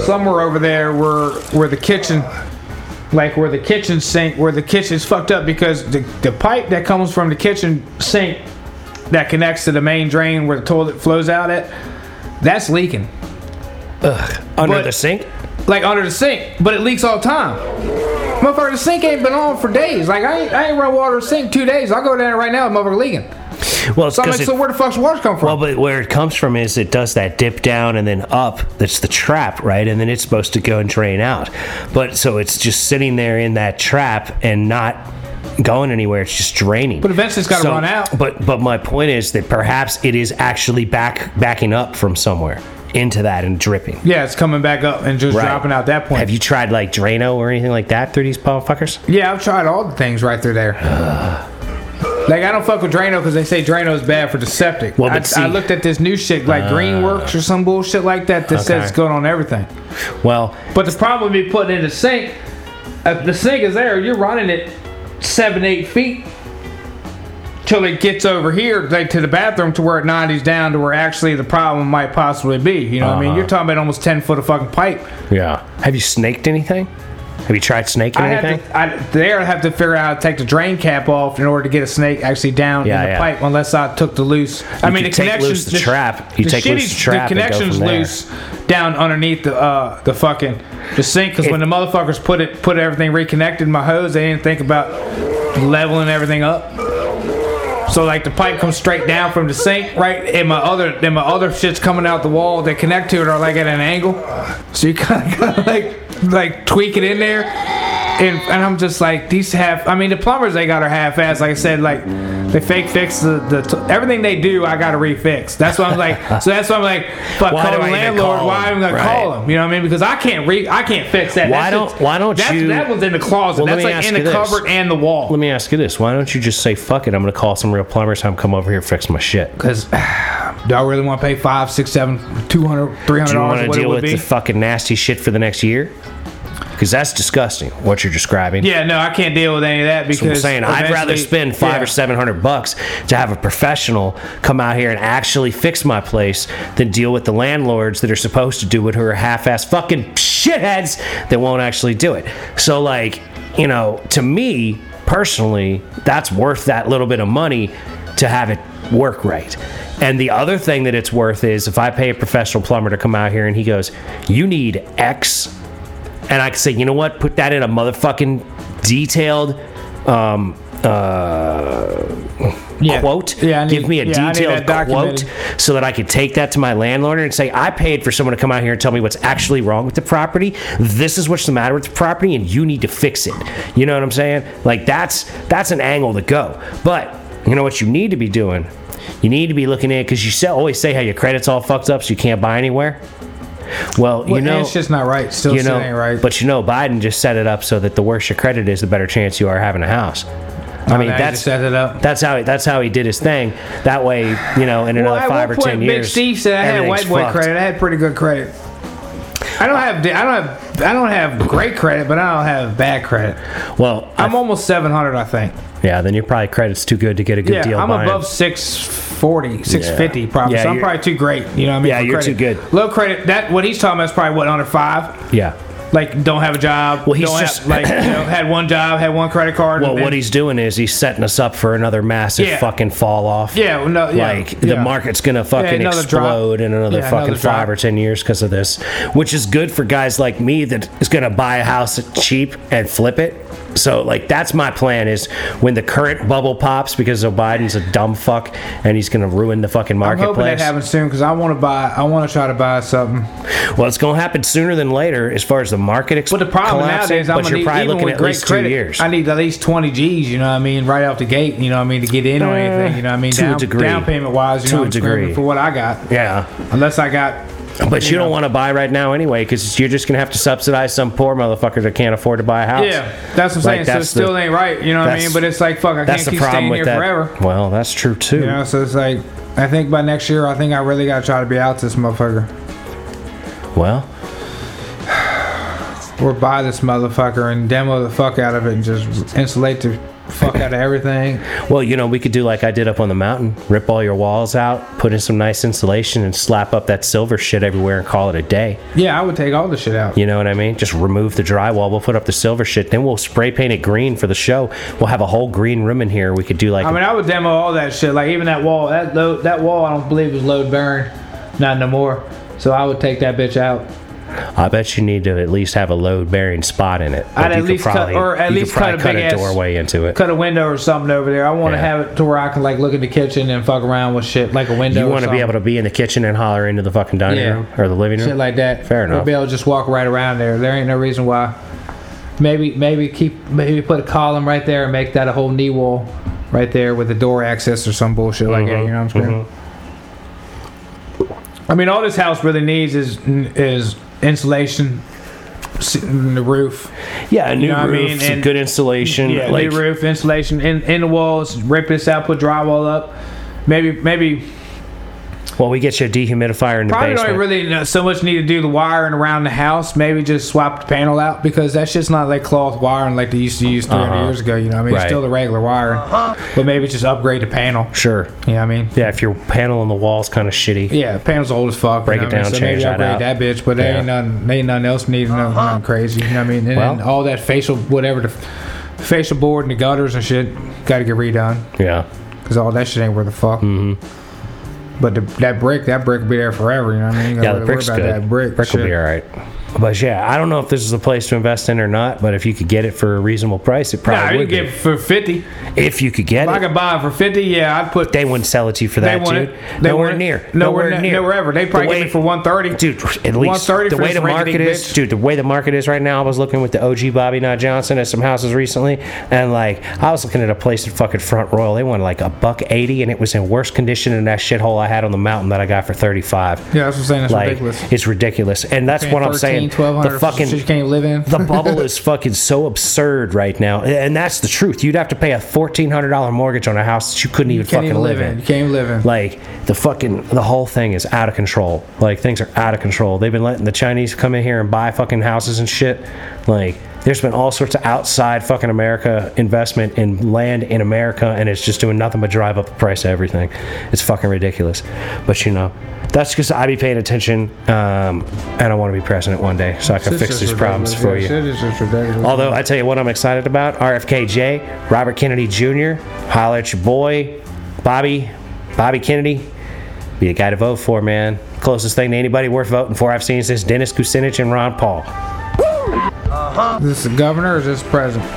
[SPEAKER 2] somewhere over there where where the kitchen, like where the kitchen sink, where the kitchen's fucked up because the, the pipe that comes from the kitchen sink that connects to the main drain where the toilet flows out at, that's leaking.
[SPEAKER 1] under
[SPEAKER 2] But-
[SPEAKER 1] the sink.
[SPEAKER 2] Like under the sink, but it leaks all the time. Motherfucker, the sink ain't been on for days. Like I ain't, I ain't run water to the sink two days. I'll go down there right now, motherfucker leaking.
[SPEAKER 1] Well, it's
[SPEAKER 2] So I'm
[SPEAKER 1] 'cause
[SPEAKER 2] like,
[SPEAKER 1] it,
[SPEAKER 2] so where the fuck's water come from?
[SPEAKER 1] well, but where it comes from is it does that dip down and then up. That's the trap, right? And then it's supposed to go and drain out. But so it's just sitting there in that trap and not going anywhere. It's just draining.
[SPEAKER 2] But eventually it's gotta
[SPEAKER 1] So-
[SPEAKER 2] run out.
[SPEAKER 1] But but my point is that perhaps it is actually back backing up from somewhere into that and dripping.
[SPEAKER 2] yeah, it's coming back up and just
[SPEAKER 1] Right.
[SPEAKER 2] dropping out that point.
[SPEAKER 1] Have you tried like Drano or anything like that through these motherfuckers?
[SPEAKER 2] Yeah, I've tried all the things right
[SPEAKER 1] <sighs>
[SPEAKER 2] through there. like I don't fuck with Drano because they say Drano is bad for the septic.
[SPEAKER 1] Well,
[SPEAKER 2] I,
[SPEAKER 1] but see- Uh,
[SPEAKER 2] I looked at this new shit like Greenworks or some bullshit like that that
[SPEAKER 1] Okay.
[SPEAKER 2] says it's good on everything.
[SPEAKER 1] Well,
[SPEAKER 2] But the problem would be putting it in the sink. If the sink is there, you're running it seven, eight feet till it gets over here like to the bathroom to where it 90s down to where actually the problem might possibly be. You know what I mean?
[SPEAKER 1] Uh-huh.
[SPEAKER 2] You're talking about almost 10 foot of fucking pipe.
[SPEAKER 1] yeah. Have you snaked anything? Have you tried snaking
[SPEAKER 2] I
[SPEAKER 1] anything?
[SPEAKER 2] have to, I, they're gonna have to figure out how to take the drain cap off in order to get a snake actually down
[SPEAKER 1] Yeah,
[SPEAKER 2] in the
[SPEAKER 1] yeah.
[SPEAKER 2] pipe. Unless I took the loose. I
[SPEAKER 1] You
[SPEAKER 2] mean, the
[SPEAKER 1] could take
[SPEAKER 2] connections.
[SPEAKER 1] loose the trap. You take loose the trap and go
[SPEAKER 2] The connections
[SPEAKER 1] from there.
[SPEAKER 2] loose down underneath the uh, the fucking the sink. Because when the motherfuckers put it put everything reconnected in my hose, they didn't think about leveling everything up. So like the pipe comes straight down from the sink, right? And my other and my other shits coming out the wall that connect to it are like at an angle. So you <laughs> kind of gotta like like tweak it in there. And, and I'm just like these half. I mean the plumbers they got are half ass. Like I said, like they fake fix the, the t- everything they do. I gotta refix. That's why I'm like.
[SPEAKER 1] <laughs>
[SPEAKER 2] so that's why I'm like. But
[SPEAKER 1] Why
[SPEAKER 2] call
[SPEAKER 1] do
[SPEAKER 2] the
[SPEAKER 1] I even
[SPEAKER 2] landlord.
[SPEAKER 1] call
[SPEAKER 2] Why
[SPEAKER 1] him?
[SPEAKER 2] I'm gonna
[SPEAKER 1] Right.
[SPEAKER 2] call him? You know what I mean? Because I can't re. I can't fix that.
[SPEAKER 1] Why
[SPEAKER 2] That
[SPEAKER 1] don't-
[SPEAKER 2] shit's-
[SPEAKER 1] why don't
[SPEAKER 2] that's,
[SPEAKER 1] you-
[SPEAKER 2] That one's in the closet.
[SPEAKER 1] Well, let me
[SPEAKER 2] that's like
[SPEAKER 1] ask
[SPEAKER 2] in
[SPEAKER 1] you
[SPEAKER 2] the
[SPEAKER 1] this.
[SPEAKER 2] cupboard and the wall.
[SPEAKER 1] Let me ask you this: Why don't you just say "fuck it"? I'm going to call some real plumbers. Have them come over here and fix my shit.
[SPEAKER 2] Because <sighs> do I really want to pay five, six, seven, two hundred, three hundred
[SPEAKER 1] Do you want
[SPEAKER 2] dollars?
[SPEAKER 1] to
[SPEAKER 2] what it
[SPEAKER 1] deal
[SPEAKER 2] would
[SPEAKER 1] with
[SPEAKER 2] be?
[SPEAKER 1] the fucking nasty shit for the next year? Because that's disgusting. What you're describing.
[SPEAKER 2] yeah, no, I can't deal with any of that because
[SPEAKER 1] That's what I'm saying I'd rather
[SPEAKER 2] eventually-
[SPEAKER 1] spend five
[SPEAKER 2] yeah.
[SPEAKER 1] or seven hundred bucks to have a professional come out here and actually fix my place than deal with the landlords that are supposed to do it who are half-ass fucking shitheads that won't actually do it. So like, you know, to me personally, that's worth that little bit of money to have it work right. And the other thing that it's worth is if I pay a professional plumber to come out here and he goes, "You need X and I could say, you know what, put that in a motherfucking detailed um, uh,
[SPEAKER 2] Yeah.
[SPEAKER 1] quote.
[SPEAKER 2] Yeah, I need-
[SPEAKER 1] Give me a
[SPEAKER 2] yeah, I need
[SPEAKER 1] detailed quote
[SPEAKER 2] that documented.
[SPEAKER 1] so that I could take that to my landlord and say, I paid for someone to come out here and tell me what's actually wrong with the property. This is what's the matter with the property, and you need to fix it. You know what I'm saying? Like that's that's an angle to go. But you know what you need to be doing? You need to be looking in because you say, always say how your credit's all fucked up, so you can't buy anywhere. Well, you
[SPEAKER 2] Well,
[SPEAKER 1] know,
[SPEAKER 2] it's just not right. Still,
[SPEAKER 1] you
[SPEAKER 2] still
[SPEAKER 1] know,
[SPEAKER 2] ain't right.
[SPEAKER 1] but you know, Biden just set it up so that the worse your credit is, the better chance you are having a house. I
[SPEAKER 2] Oh,
[SPEAKER 1] mean,
[SPEAKER 2] now you
[SPEAKER 1] that's
[SPEAKER 2] just set it up.
[SPEAKER 1] that's how that's how he did his thing. That way, you know, in another
[SPEAKER 2] at
[SPEAKER 1] five
[SPEAKER 2] one
[SPEAKER 1] or
[SPEAKER 2] point,
[SPEAKER 1] ten
[SPEAKER 2] Big
[SPEAKER 1] years,
[SPEAKER 2] Steve said I had white
[SPEAKER 1] everything's
[SPEAKER 2] boy
[SPEAKER 1] fucked.
[SPEAKER 2] credit. I had pretty good credit. I don't have I don't have I don't have great credit, but I don't have bad credit.
[SPEAKER 1] Well,
[SPEAKER 2] I'm
[SPEAKER 1] I-
[SPEAKER 2] almost 700, I think.
[SPEAKER 1] yeah, then your probably credit's too good to get a good
[SPEAKER 2] Yeah,
[SPEAKER 1] deal.
[SPEAKER 2] I'm
[SPEAKER 1] buying.
[SPEAKER 2] above 640, 650
[SPEAKER 1] Yeah.
[SPEAKER 2] probably.
[SPEAKER 1] Yeah,
[SPEAKER 2] so I'm
[SPEAKER 1] you're-
[SPEAKER 2] probably too great. You know what I mean?
[SPEAKER 1] Yeah,
[SPEAKER 2] for
[SPEAKER 1] you're too
[SPEAKER 2] credit.
[SPEAKER 1] good.
[SPEAKER 2] Low credit. That what he's talking about is probably what under five.
[SPEAKER 1] Yeah.
[SPEAKER 2] like don't have a job.
[SPEAKER 1] Well, he's
[SPEAKER 2] don't
[SPEAKER 1] just-
[SPEAKER 2] have, like you know, had one job, had one credit card.
[SPEAKER 1] Well,
[SPEAKER 2] and-
[SPEAKER 1] what he's doing is he's setting us up for another massive
[SPEAKER 2] Yeah.
[SPEAKER 1] fucking fall off.
[SPEAKER 2] yeah, well, no, yeah,
[SPEAKER 1] like
[SPEAKER 2] yeah.
[SPEAKER 1] the market's gonna fucking
[SPEAKER 2] another drop.
[SPEAKER 1] explode in another
[SPEAKER 2] Yeah,
[SPEAKER 1] fucking
[SPEAKER 2] another drop.
[SPEAKER 1] five or ten years because of this, which is good for guys like me that is gonna buy a house at cheap and flip it. So like that's my plan is when the current bubble pops because Biden's a dumb fuck and he's gonna ruin the fucking
[SPEAKER 2] I'm hoping that
[SPEAKER 1] marketplace.
[SPEAKER 2] happens soon because I want to buy. I want to try to buy something.
[SPEAKER 1] Well, it's gonna happen sooner than later as far as the market. Ex-
[SPEAKER 2] But the problem
[SPEAKER 1] collapsing,
[SPEAKER 2] nowadays, I'm
[SPEAKER 1] but
[SPEAKER 2] gonna
[SPEAKER 1] you're
[SPEAKER 2] need,
[SPEAKER 1] probably
[SPEAKER 2] even
[SPEAKER 1] looking
[SPEAKER 2] with
[SPEAKER 1] at
[SPEAKER 2] great
[SPEAKER 1] least
[SPEAKER 2] credit,
[SPEAKER 1] two years.
[SPEAKER 2] I need at least 20 G's. You know what I mean? Right off the gate. You know what I mean to get in on anything. You know what I mean?
[SPEAKER 1] Uh, to a
[SPEAKER 2] down,
[SPEAKER 1] degree.
[SPEAKER 2] down payment wise. You
[SPEAKER 1] To
[SPEAKER 2] know
[SPEAKER 1] a
[SPEAKER 2] what I'm screaming
[SPEAKER 1] degree.
[SPEAKER 2] for what I got,
[SPEAKER 1] yeah.
[SPEAKER 2] unless I got.
[SPEAKER 1] But you don't want to buy right now anyway, because you're just gonna have to subsidize some poor motherfucker that can't afford to buy a house.
[SPEAKER 2] Yeah, that's what
[SPEAKER 1] Like,
[SPEAKER 2] I'm saying. So it
[SPEAKER 1] that's the-
[SPEAKER 2] still ain't right. You know what I
[SPEAKER 1] that's-
[SPEAKER 2] mean? But it's like fuck. I
[SPEAKER 1] that's
[SPEAKER 2] can't
[SPEAKER 1] the
[SPEAKER 2] keep
[SPEAKER 1] problem
[SPEAKER 2] staying
[SPEAKER 1] with
[SPEAKER 2] here
[SPEAKER 1] that.
[SPEAKER 2] forever.
[SPEAKER 1] Well, that's true too.
[SPEAKER 2] You know, so it's like I think by next year, I think I really gotta try to be out this motherfucker.
[SPEAKER 1] Well,
[SPEAKER 2] or buy this motherfucker and demo the fuck out of it and just insulate the fuck out of everything.
[SPEAKER 1] well, you know, we could do like I did up on the mountain: rip all your walls out, put in some nice insulation, and slap up that silver shit everywhere, and call it a day.
[SPEAKER 2] Yeah, I would take all the shit out.
[SPEAKER 1] You know what I mean? Just remove the drywall. We'll put up the silver shit. Then we'll spray paint it green for the show. We'll have a whole green room in here. We could do like
[SPEAKER 2] I mean, I would demo all that shit. Like even that wall, that load, that wall, I don't believe was load bearing, not no more. So I would take that bitch out.
[SPEAKER 1] I bet you need to at least have a load bearing spot in it.
[SPEAKER 2] I'd
[SPEAKER 1] Like,
[SPEAKER 2] at
[SPEAKER 1] you could
[SPEAKER 2] least cut- or at
[SPEAKER 1] you could
[SPEAKER 2] least cut
[SPEAKER 1] probably
[SPEAKER 2] a
[SPEAKER 1] cut
[SPEAKER 2] big-ass-
[SPEAKER 1] doorway into it.
[SPEAKER 2] Cut a window or something over there. I want to
[SPEAKER 1] Yeah.
[SPEAKER 2] have it to where I can like look in the kitchen and fuck around with shit like a window.
[SPEAKER 1] You
[SPEAKER 2] want to
[SPEAKER 1] be able to be in the kitchen and holler into the fucking dining
[SPEAKER 2] Yeah.
[SPEAKER 1] room or the living room?
[SPEAKER 2] shit like that.
[SPEAKER 1] Fair enough.
[SPEAKER 2] We'll be able to just walk right around there. There ain't no reason why. Maybe maybe keep maybe put a column right there and make that a whole knee wall right there with a door access or some bullshit like that. You know what I'm
[SPEAKER 1] Mm-hmm.
[SPEAKER 2] saying? Mm-hmm. I mean, all this house really needs is is insulation, s- in the roof,
[SPEAKER 1] Yeah, a new
[SPEAKER 2] know what I
[SPEAKER 1] roof,
[SPEAKER 2] mean?
[SPEAKER 1] some
[SPEAKER 2] And-
[SPEAKER 1] good insulation.
[SPEAKER 2] yeah,
[SPEAKER 1] like,
[SPEAKER 2] new roof insulation in in the walls. Rip this out, put drywall up. Maybe maybe
[SPEAKER 1] Well, we get you a dehumidifier in the
[SPEAKER 2] Probably
[SPEAKER 1] basement.
[SPEAKER 2] don't really know- so much need to do the wiring around the house. Maybe just swap the panel out because that's just not like cloth wiring like they used to use 300
[SPEAKER 1] Uh-huh.
[SPEAKER 2] years ago. You know, what I mean,
[SPEAKER 1] Right.
[SPEAKER 2] it's still the regular wiring, but maybe just upgrade the panel.
[SPEAKER 1] sure.
[SPEAKER 2] You know what I mean?
[SPEAKER 1] Yeah, if your panel on the wall's kind of shitty.
[SPEAKER 2] Yeah, panel's old as fuck.
[SPEAKER 1] Break
[SPEAKER 2] you
[SPEAKER 1] it
[SPEAKER 2] know what I
[SPEAKER 1] down,
[SPEAKER 2] mean? so
[SPEAKER 1] change
[SPEAKER 2] maybe
[SPEAKER 1] that
[SPEAKER 2] upgrade
[SPEAKER 1] out.
[SPEAKER 2] that bitch, but there
[SPEAKER 1] Yeah.
[SPEAKER 2] ain't nothing, there ain't nothing else needed, nothing, nothing crazy. You know what I mean? And
[SPEAKER 1] Well-
[SPEAKER 2] then all that facial, whatever the f- facial board and the gutters and shit, got to get redone
[SPEAKER 1] Yeah.
[SPEAKER 2] because all that shit ain't worth a fuck.
[SPEAKER 1] Mm-hmm.
[SPEAKER 2] But the, that brick, that brick will be there forever. You know what I mean? You gotta
[SPEAKER 1] Yeah, the
[SPEAKER 2] really worry
[SPEAKER 1] brick's
[SPEAKER 2] about
[SPEAKER 1] good.
[SPEAKER 2] That brick,
[SPEAKER 1] brick will
[SPEAKER 2] shit.
[SPEAKER 1] be all right. But yeah, I don't know if this is a place to invest in or not. But if you could get it for a reasonable price, it
[SPEAKER 2] Nah,
[SPEAKER 1] probably
[SPEAKER 2] you
[SPEAKER 1] would.
[SPEAKER 2] get it for fifty.
[SPEAKER 1] be. If you could get
[SPEAKER 2] If I
[SPEAKER 1] it,
[SPEAKER 2] could buy it for fifty, yeah, I'd put.
[SPEAKER 1] they wouldn't sell it to you for that,
[SPEAKER 2] want
[SPEAKER 1] dude.
[SPEAKER 2] it-
[SPEAKER 1] nowhere
[SPEAKER 2] want it-
[SPEAKER 1] near.
[SPEAKER 2] Nowhere, ne- nowhere ever. They probably
[SPEAKER 1] The
[SPEAKER 2] get
[SPEAKER 1] way-
[SPEAKER 2] it for one thirty.
[SPEAKER 1] Dude, at least
[SPEAKER 2] 130
[SPEAKER 1] the
[SPEAKER 2] for
[SPEAKER 1] way
[SPEAKER 2] this
[SPEAKER 1] the market
[SPEAKER 2] rinky-dink
[SPEAKER 1] is,
[SPEAKER 2] bitch.
[SPEAKER 1] dude, the way the market is right now. I was looking with the OG Bobby Not Johnson at some houses recently, and like I was looking at a place in fucking Front Royal. They wanted like a buck eighty, and it was in worse condition than that shithole I had on the mountain that I got for thirty five.
[SPEAKER 2] Yeah, that's what I'm saying. That's
[SPEAKER 1] like
[SPEAKER 2] ridiculous.
[SPEAKER 1] it's ridiculous, and that's what I'm saying. The
[SPEAKER 2] 1200
[SPEAKER 1] fucking
[SPEAKER 2] shit you can't even live in.
[SPEAKER 1] <laughs> the bubble is fucking so absurd right now, and that's the truth. You'd have to pay a fourteen hundred dollar mortgage on a house that you couldn't even
[SPEAKER 2] can't
[SPEAKER 1] fucking
[SPEAKER 2] even
[SPEAKER 1] live in.
[SPEAKER 2] You can't even live in.
[SPEAKER 1] Like the fucking the whole thing is out of control. Like things are out of control. They've been letting the Chinese come in here and buy fucking houses and shit. Like there's been all sorts of outside fucking America investment in land in America, and it's just doing nothing but drive up the price of everything. It's fucking ridiculous. But you know, that's because I be paying attention, um, and I want to be president one day so I can
[SPEAKER 2] It's
[SPEAKER 1] fix
[SPEAKER 2] just
[SPEAKER 1] these problems
[SPEAKER 2] ridiculous.
[SPEAKER 1] for
[SPEAKER 2] Yeah,
[SPEAKER 1] you.
[SPEAKER 2] shit is just ridiculous.
[SPEAKER 1] Although I tell you what I'm excited about, RFKJ, Robert Kennedy Jr., holler at your boy, Bobby, Bobby Kennedy. Be the guy to vote for, man. Closest thing to anybody worth voting for I've seen since Dennis Kucinich and Ron Paul.
[SPEAKER 2] Is this the governor or is this president?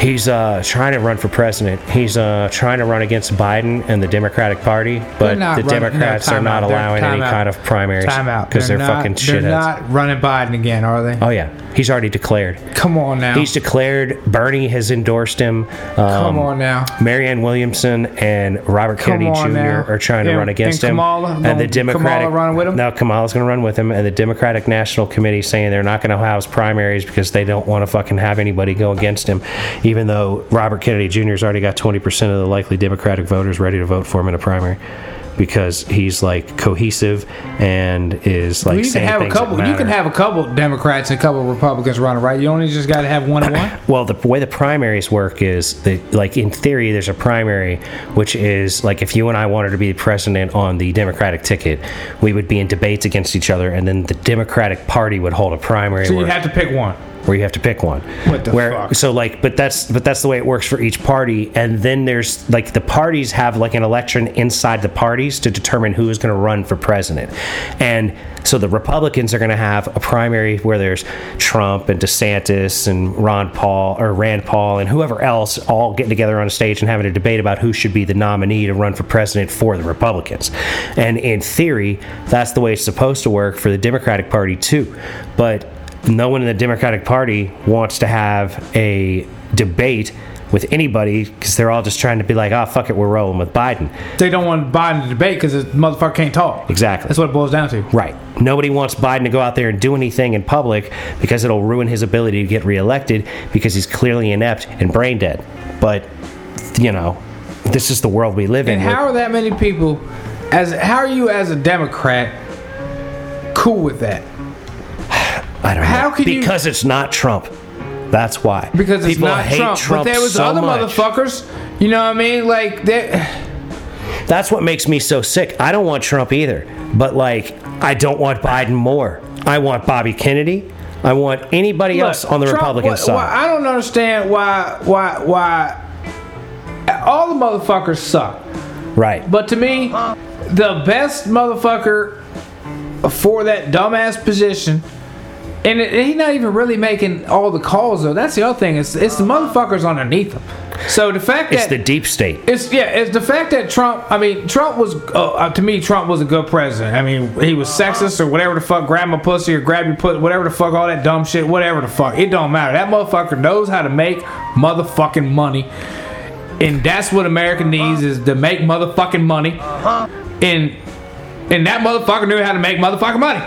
[SPEAKER 1] He's uh, trying to run for president. He's uh, trying to run against Biden and the Democratic Party,
[SPEAKER 2] They're
[SPEAKER 1] but
[SPEAKER 2] not
[SPEAKER 1] the
[SPEAKER 2] running- no,
[SPEAKER 1] Democrats are
[SPEAKER 2] time
[SPEAKER 1] not
[SPEAKER 2] out. They're-
[SPEAKER 1] allowing
[SPEAKER 2] time
[SPEAKER 1] any
[SPEAKER 2] out.
[SPEAKER 1] kind of primaries
[SPEAKER 2] Time out.
[SPEAKER 1] because they're,
[SPEAKER 2] not-
[SPEAKER 1] fucking
[SPEAKER 2] They're
[SPEAKER 1] shitheads.
[SPEAKER 2] not running Biden again, are they?
[SPEAKER 1] oh yeah, he's already declared.
[SPEAKER 2] Come on now.
[SPEAKER 1] He's declared. Bernie has endorsed him. Um,
[SPEAKER 2] Oh. Come on now.
[SPEAKER 1] Marianne Williamson and Robert
[SPEAKER 2] Come
[SPEAKER 1] Kennedy Jr.
[SPEAKER 2] on now.
[SPEAKER 1] are trying to
[SPEAKER 2] And-
[SPEAKER 1] run against
[SPEAKER 2] and
[SPEAKER 1] him.
[SPEAKER 2] Kamala?
[SPEAKER 1] and the
[SPEAKER 2] Don't Kamala
[SPEAKER 1] Democratic
[SPEAKER 2] run with him?
[SPEAKER 1] No, Kamala's going to run with him. And the Democratic National Committee saying they're not going to house primaries because they don't want to fucking have anybody go against him, even though Robert Kennedy Jr. has already got 20% of the likely Democratic voters ready to vote for him in a primary. Because he's like cohesive and is like
[SPEAKER 2] you can
[SPEAKER 1] saying
[SPEAKER 2] have a
[SPEAKER 1] things that
[SPEAKER 2] couple. You
[SPEAKER 1] matter.
[SPEAKER 2] can have a couple Democrats and a couple Republicans running, right? You only just got to have one and one.
[SPEAKER 1] Well, the way the primaries work is that, like, in theory, there's a primary, which is like if you and I wanted to be president on the Democratic ticket, we would be in debates against each other, and then the Democratic Party would hold a primary
[SPEAKER 2] So you
[SPEAKER 1] where,
[SPEAKER 2] have to pick one.
[SPEAKER 1] where you have to pick one.
[SPEAKER 2] What the
[SPEAKER 1] where,
[SPEAKER 2] fuck?
[SPEAKER 1] So, like, but that's but that's the way it works for each party, and then there's like the parties have like an election inside the parties to determine who is going to run for president, and so the Republicans are going to have a primary where there's Trump and DeSantis and Ron Paul or Rand Paul and whoever else all getting together on a stage and having a debate about who should be the nominee to run for president for the Republicans, and in theory, that's the way it's supposed to work for the Democratic Party too, but no one in the Democratic Party wants to have a debate with anybody because they're all just trying to be like, oh, fuck it, we're rolling with Biden.
[SPEAKER 2] They don't want Biden to debate because this motherfucker can't talk.
[SPEAKER 1] Exactly.
[SPEAKER 2] That's what it boils down to.
[SPEAKER 1] Right. Nobody wants Biden to go out there and do anything in public because it'll ruin his ability to get reelected because he's clearly inept and brain dead. But, you know, this is the world we live in.
[SPEAKER 2] And how are that many people? As how are you as a Democrat cool with that?
[SPEAKER 1] I don't know.
[SPEAKER 2] how can you-
[SPEAKER 1] because it's not Trump. That's why.
[SPEAKER 2] because it's
[SPEAKER 1] People
[SPEAKER 2] not
[SPEAKER 1] hate
[SPEAKER 2] Trump. But there was
[SPEAKER 1] so
[SPEAKER 2] other
[SPEAKER 1] much.
[SPEAKER 2] motherfuckers. You know what I mean? Like that.
[SPEAKER 1] That's what makes me so sick. I don't want Trump either, but like I don't want Biden more. I want Bobby Kennedy. I want anybody else on the
[SPEAKER 2] Trump-
[SPEAKER 1] Republican
[SPEAKER 2] why-
[SPEAKER 1] side.
[SPEAKER 2] why- I don't understand why why why all the motherfuckers suck.
[SPEAKER 1] right.
[SPEAKER 2] But to me, the best motherfucker for that dumbass position. And it- he not even really making all the calls though. That's the other thing. It's it's the motherfuckers underneath him. So the fact
[SPEAKER 1] it's
[SPEAKER 2] that
[SPEAKER 1] the deep state.
[SPEAKER 2] It's yeah. It's the fact that Trump. I mean, Trump was uh, uh, to me. Trump was a good president. I mean, he was sexist or whatever the fuck. Grab my pussy or grab your pussy. Whatever the fuck. All that dumb shit. Whatever the fuck. It don't matter. That motherfucker knows how to make motherfucking money, and that's what America needs is to make motherfucking money. And and that motherfucker knew how to make motherfucking money.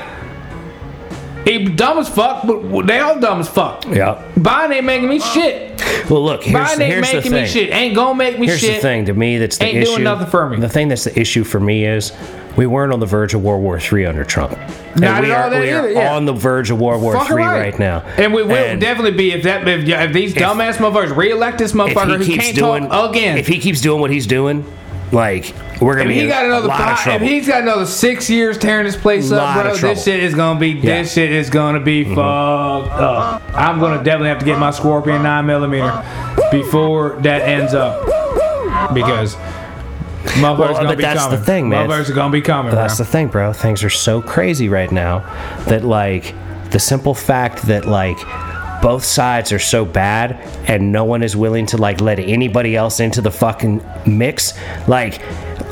[SPEAKER 2] He dumb as fuck, but they all dumb as fuck.
[SPEAKER 1] Yeah.
[SPEAKER 2] Biden ain't making me shit.
[SPEAKER 1] Well, look, here's,
[SPEAKER 2] Biden ain't
[SPEAKER 1] here's the
[SPEAKER 2] making
[SPEAKER 1] thing.
[SPEAKER 2] me shit. Ain't gonna make me
[SPEAKER 1] Here's
[SPEAKER 2] shit.
[SPEAKER 1] the thing to me that's the
[SPEAKER 2] Ain't
[SPEAKER 1] issue.
[SPEAKER 2] doing nothing for me.
[SPEAKER 1] The thing that's the issue for me is we weren't on the verge of World War III under Trump. And
[SPEAKER 2] Not
[SPEAKER 1] we
[SPEAKER 2] at all
[SPEAKER 1] are,
[SPEAKER 2] that
[SPEAKER 1] we are
[SPEAKER 2] either, yeah.
[SPEAKER 1] on the verge of World War
[SPEAKER 2] Fucking
[SPEAKER 1] III
[SPEAKER 2] right.
[SPEAKER 1] right. now.
[SPEAKER 2] And we will
[SPEAKER 1] And
[SPEAKER 2] definitely be if that if, if these dumbass motherfuckers reelect this
[SPEAKER 1] if
[SPEAKER 2] motherfucker who
[SPEAKER 1] he keeps
[SPEAKER 2] can't
[SPEAKER 1] doing
[SPEAKER 2] talk again.
[SPEAKER 1] If he keeps doing what he's doing, like we're gonna
[SPEAKER 2] If
[SPEAKER 1] be
[SPEAKER 2] he
[SPEAKER 1] in
[SPEAKER 2] got
[SPEAKER 1] a
[SPEAKER 2] another
[SPEAKER 1] lot of
[SPEAKER 2] five, if
[SPEAKER 1] trouble.
[SPEAKER 2] he's got another six years tearing this place
[SPEAKER 1] Lot of
[SPEAKER 2] up, bro,
[SPEAKER 1] trouble.
[SPEAKER 2] this shit is gonna be
[SPEAKER 1] Yeah. Mm-hmm.
[SPEAKER 2] this shit is gonna be fucked up. I'm gonna definitely have to get my Scorpion nine millimeter before that ends up because motherfuckers
[SPEAKER 1] Well,
[SPEAKER 2] gonna
[SPEAKER 1] but
[SPEAKER 2] be
[SPEAKER 1] that's
[SPEAKER 2] coming.
[SPEAKER 1] the thing, man.
[SPEAKER 2] Motherfuckers are gonna be coming.
[SPEAKER 1] That's
[SPEAKER 2] bro.
[SPEAKER 1] the thing, bro. Things are so crazy right now that like the simple fact that like both sides are so bad and no one is willing to like let anybody else into the fucking mix. Like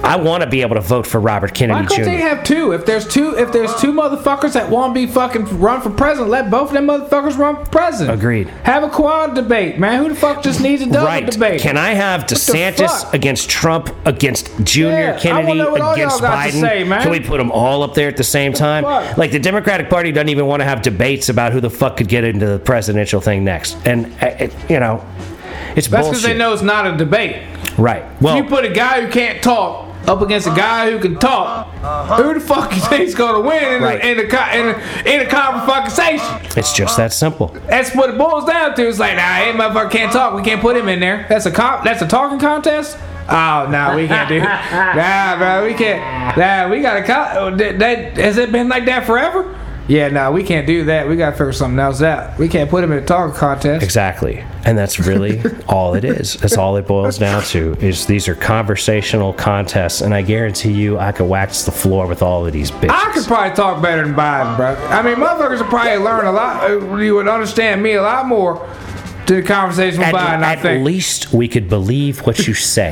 [SPEAKER 1] I want to be able to vote for Robert
[SPEAKER 2] Why
[SPEAKER 1] Kennedy
[SPEAKER 2] couldn't they
[SPEAKER 1] Jr.
[SPEAKER 2] have two? If there's two, if there's two motherfuckers that want to be fucking run for president, let both of them motherfuckers run for president.
[SPEAKER 1] Agreed.
[SPEAKER 2] Have a quad debate, man. Who the fuck just needs a double
[SPEAKER 1] Right.
[SPEAKER 2] debate?
[SPEAKER 1] Can I have DeSantis
[SPEAKER 2] fuck?
[SPEAKER 1] against Trump against Jr.
[SPEAKER 2] Yeah, I wanna
[SPEAKER 1] Kennedy
[SPEAKER 2] know what all
[SPEAKER 1] against
[SPEAKER 2] y'all got to
[SPEAKER 1] Biden?
[SPEAKER 2] say, man.
[SPEAKER 1] Can we put them all up there at the same time?
[SPEAKER 2] fuck?
[SPEAKER 1] Like the Democratic Party doesn't even want to have debates about who the fuck could get into the presidential thing next. And uh, it, you know, it's
[SPEAKER 2] That's because
[SPEAKER 1] bullshit. Oh.
[SPEAKER 2] they know it's not a debate.
[SPEAKER 1] Right. Well,
[SPEAKER 2] you put a guy who can't talk up against a guy who can talk. Who the fuck you think's gonna win in,
[SPEAKER 1] Right.
[SPEAKER 2] a, in, a, co- in a in a conversation?
[SPEAKER 1] it's just that simple.
[SPEAKER 2] That's what it boils down to. It's like, nah, hey, motherfucker can't talk. We can't put him in there. That's a cop. That's a talking contest. Oh no, we can't do. nah, bro, we can't. Nah, we got a cop. Oh, That, that has it been like that forever? Yeah, no, we can't do that. We gotta figure something else out. We can't put him in a talking contest.
[SPEAKER 1] Exactly. And that's
[SPEAKER 2] <laughs>
[SPEAKER 1] really all it is. That's all it boils down to is these are conversational contests and I guarantee you I could wax the floor with all of these bitches.
[SPEAKER 2] I could probably talk better than Biden, bro. I mean, motherfuckers would probably learn a lot. uh, You would understand me a lot more to the conversation with
[SPEAKER 1] at,
[SPEAKER 2] Biden. I
[SPEAKER 1] at
[SPEAKER 2] think.
[SPEAKER 1] least we could believe what you
[SPEAKER 2] <laughs>
[SPEAKER 1] say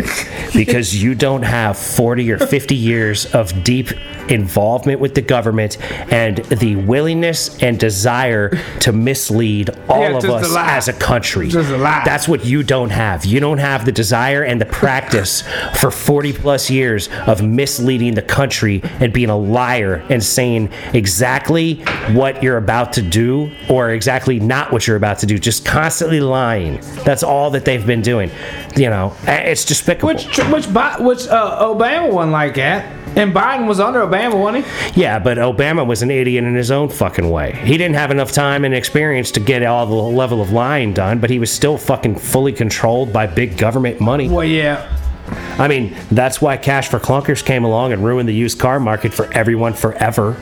[SPEAKER 1] because you don't have 40 or 50 years of deep involvement with the government and the willingness and desire to mislead all
[SPEAKER 2] Yeah,
[SPEAKER 1] of
[SPEAKER 2] just
[SPEAKER 1] us
[SPEAKER 2] a lie.
[SPEAKER 1] as a country.
[SPEAKER 2] Just a lie.
[SPEAKER 1] That's what you don't have. You don't have the desire and the practice for 40 plus years of misleading the country and being a liar and saying exactly what you're about to do or exactly not what you're about to do. Just constantly lying. That's all that they've been doing. You know, eh, it's despicable.
[SPEAKER 2] which tr- which Bi- which uh, Obama wasn't like that, and Biden was under Obama, wasn't he?
[SPEAKER 1] yeah, but Obama was an idiot in his own fucking way. He didn't have enough time and experience to get all the level of lying done, but he was still fucking fully controlled by big government money.
[SPEAKER 2] Well, yeah.
[SPEAKER 1] I mean, that's why Cash for Clunkers came along and ruined the used car market for everyone forever.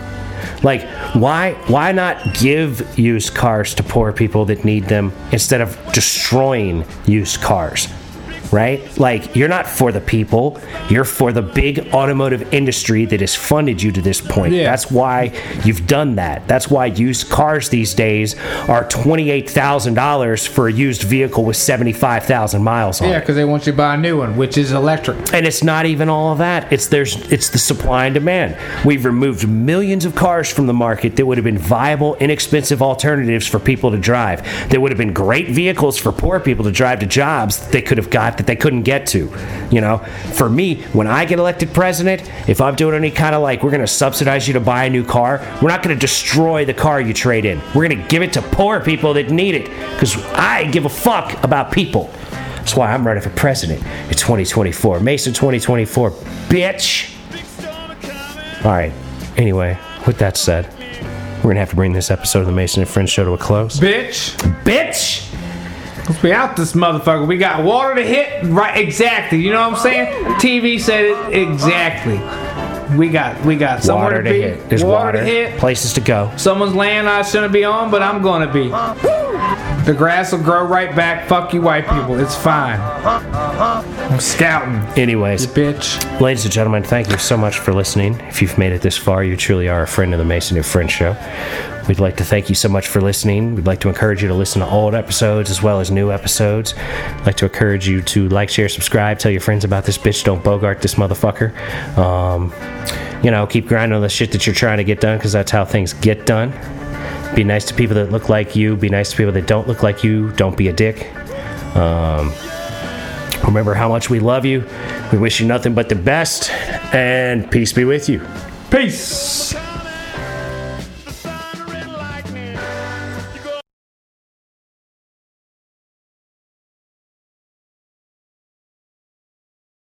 [SPEAKER 1] Like, why why not give used cars to poor people that need them instead of destroying used cars? Right? Like, you're not for the people. You're for the big automotive industry that has funded you to this point.
[SPEAKER 2] Yeah.
[SPEAKER 1] That's why you've done that. That's why used cars these days are $28,000 for a used vehicle with 75,000 miles on it
[SPEAKER 2] Yeah, because they want you to buy a new one, which is electric.
[SPEAKER 1] and it's not even all of that it's there's it's the supply and demand we've removed millions of cars from the market that would have been viable inexpensive alternatives for people to drive that would have been great vehicles for poor people to drive to jobs that they could have got that they couldn't get to you know for me when i get elected president if i'm doing any kind of like we're going to subsidize you to buy a new car we're not going to destroy the car you trade in we're going to give it to poor people that need it because i give a fuck about people that's why I'm running for president in 2024. Mason 2024, bitch. All right. Anyway, with that said, we're going to have to bring this episode of the Mason and Friends show to a close.
[SPEAKER 2] Bitch,
[SPEAKER 1] Bitch!
[SPEAKER 2] let's be out this motherfucker. We got water to hit. Right, exactly. You know what I'm saying? TV said it exactly. We got we got somewhere
[SPEAKER 1] Water to
[SPEAKER 2] be.
[SPEAKER 1] hit. There's
[SPEAKER 2] water
[SPEAKER 1] water,
[SPEAKER 2] to hit.
[SPEAKER 1] places to go.
[SPEAKER 2] Someone's land I shouldn't be on, but I'm gonna be. The grass will grow right back. Fuck you, white people. It's fine. I'm scouting,
[SPEAKER 1] Anyways,
[SPEAKER 2] bitch.
[SPEAKER 1] Ladies and gentlemen, thank you so much for listening. If you've made it this far, you truly are a friend of the Mason and Friends Show. We'd like to thank you so much for listening. We'd like to encourage you to listen to old episodes as well as new episodes. I'd like to encourage you to like, share, subscribe, tell your friends about this bitch. Don't bogart this motherfucker. Um, you know, keep grinding on the shit that you're trying to get done because that's how things get done. Be nice to people that look like you. Be nice to people that don't look like you. Don't be a dick. Remember how much we love you. We wish you nothing but the best, and peace be with you.
[SPEAKER 2] Peace.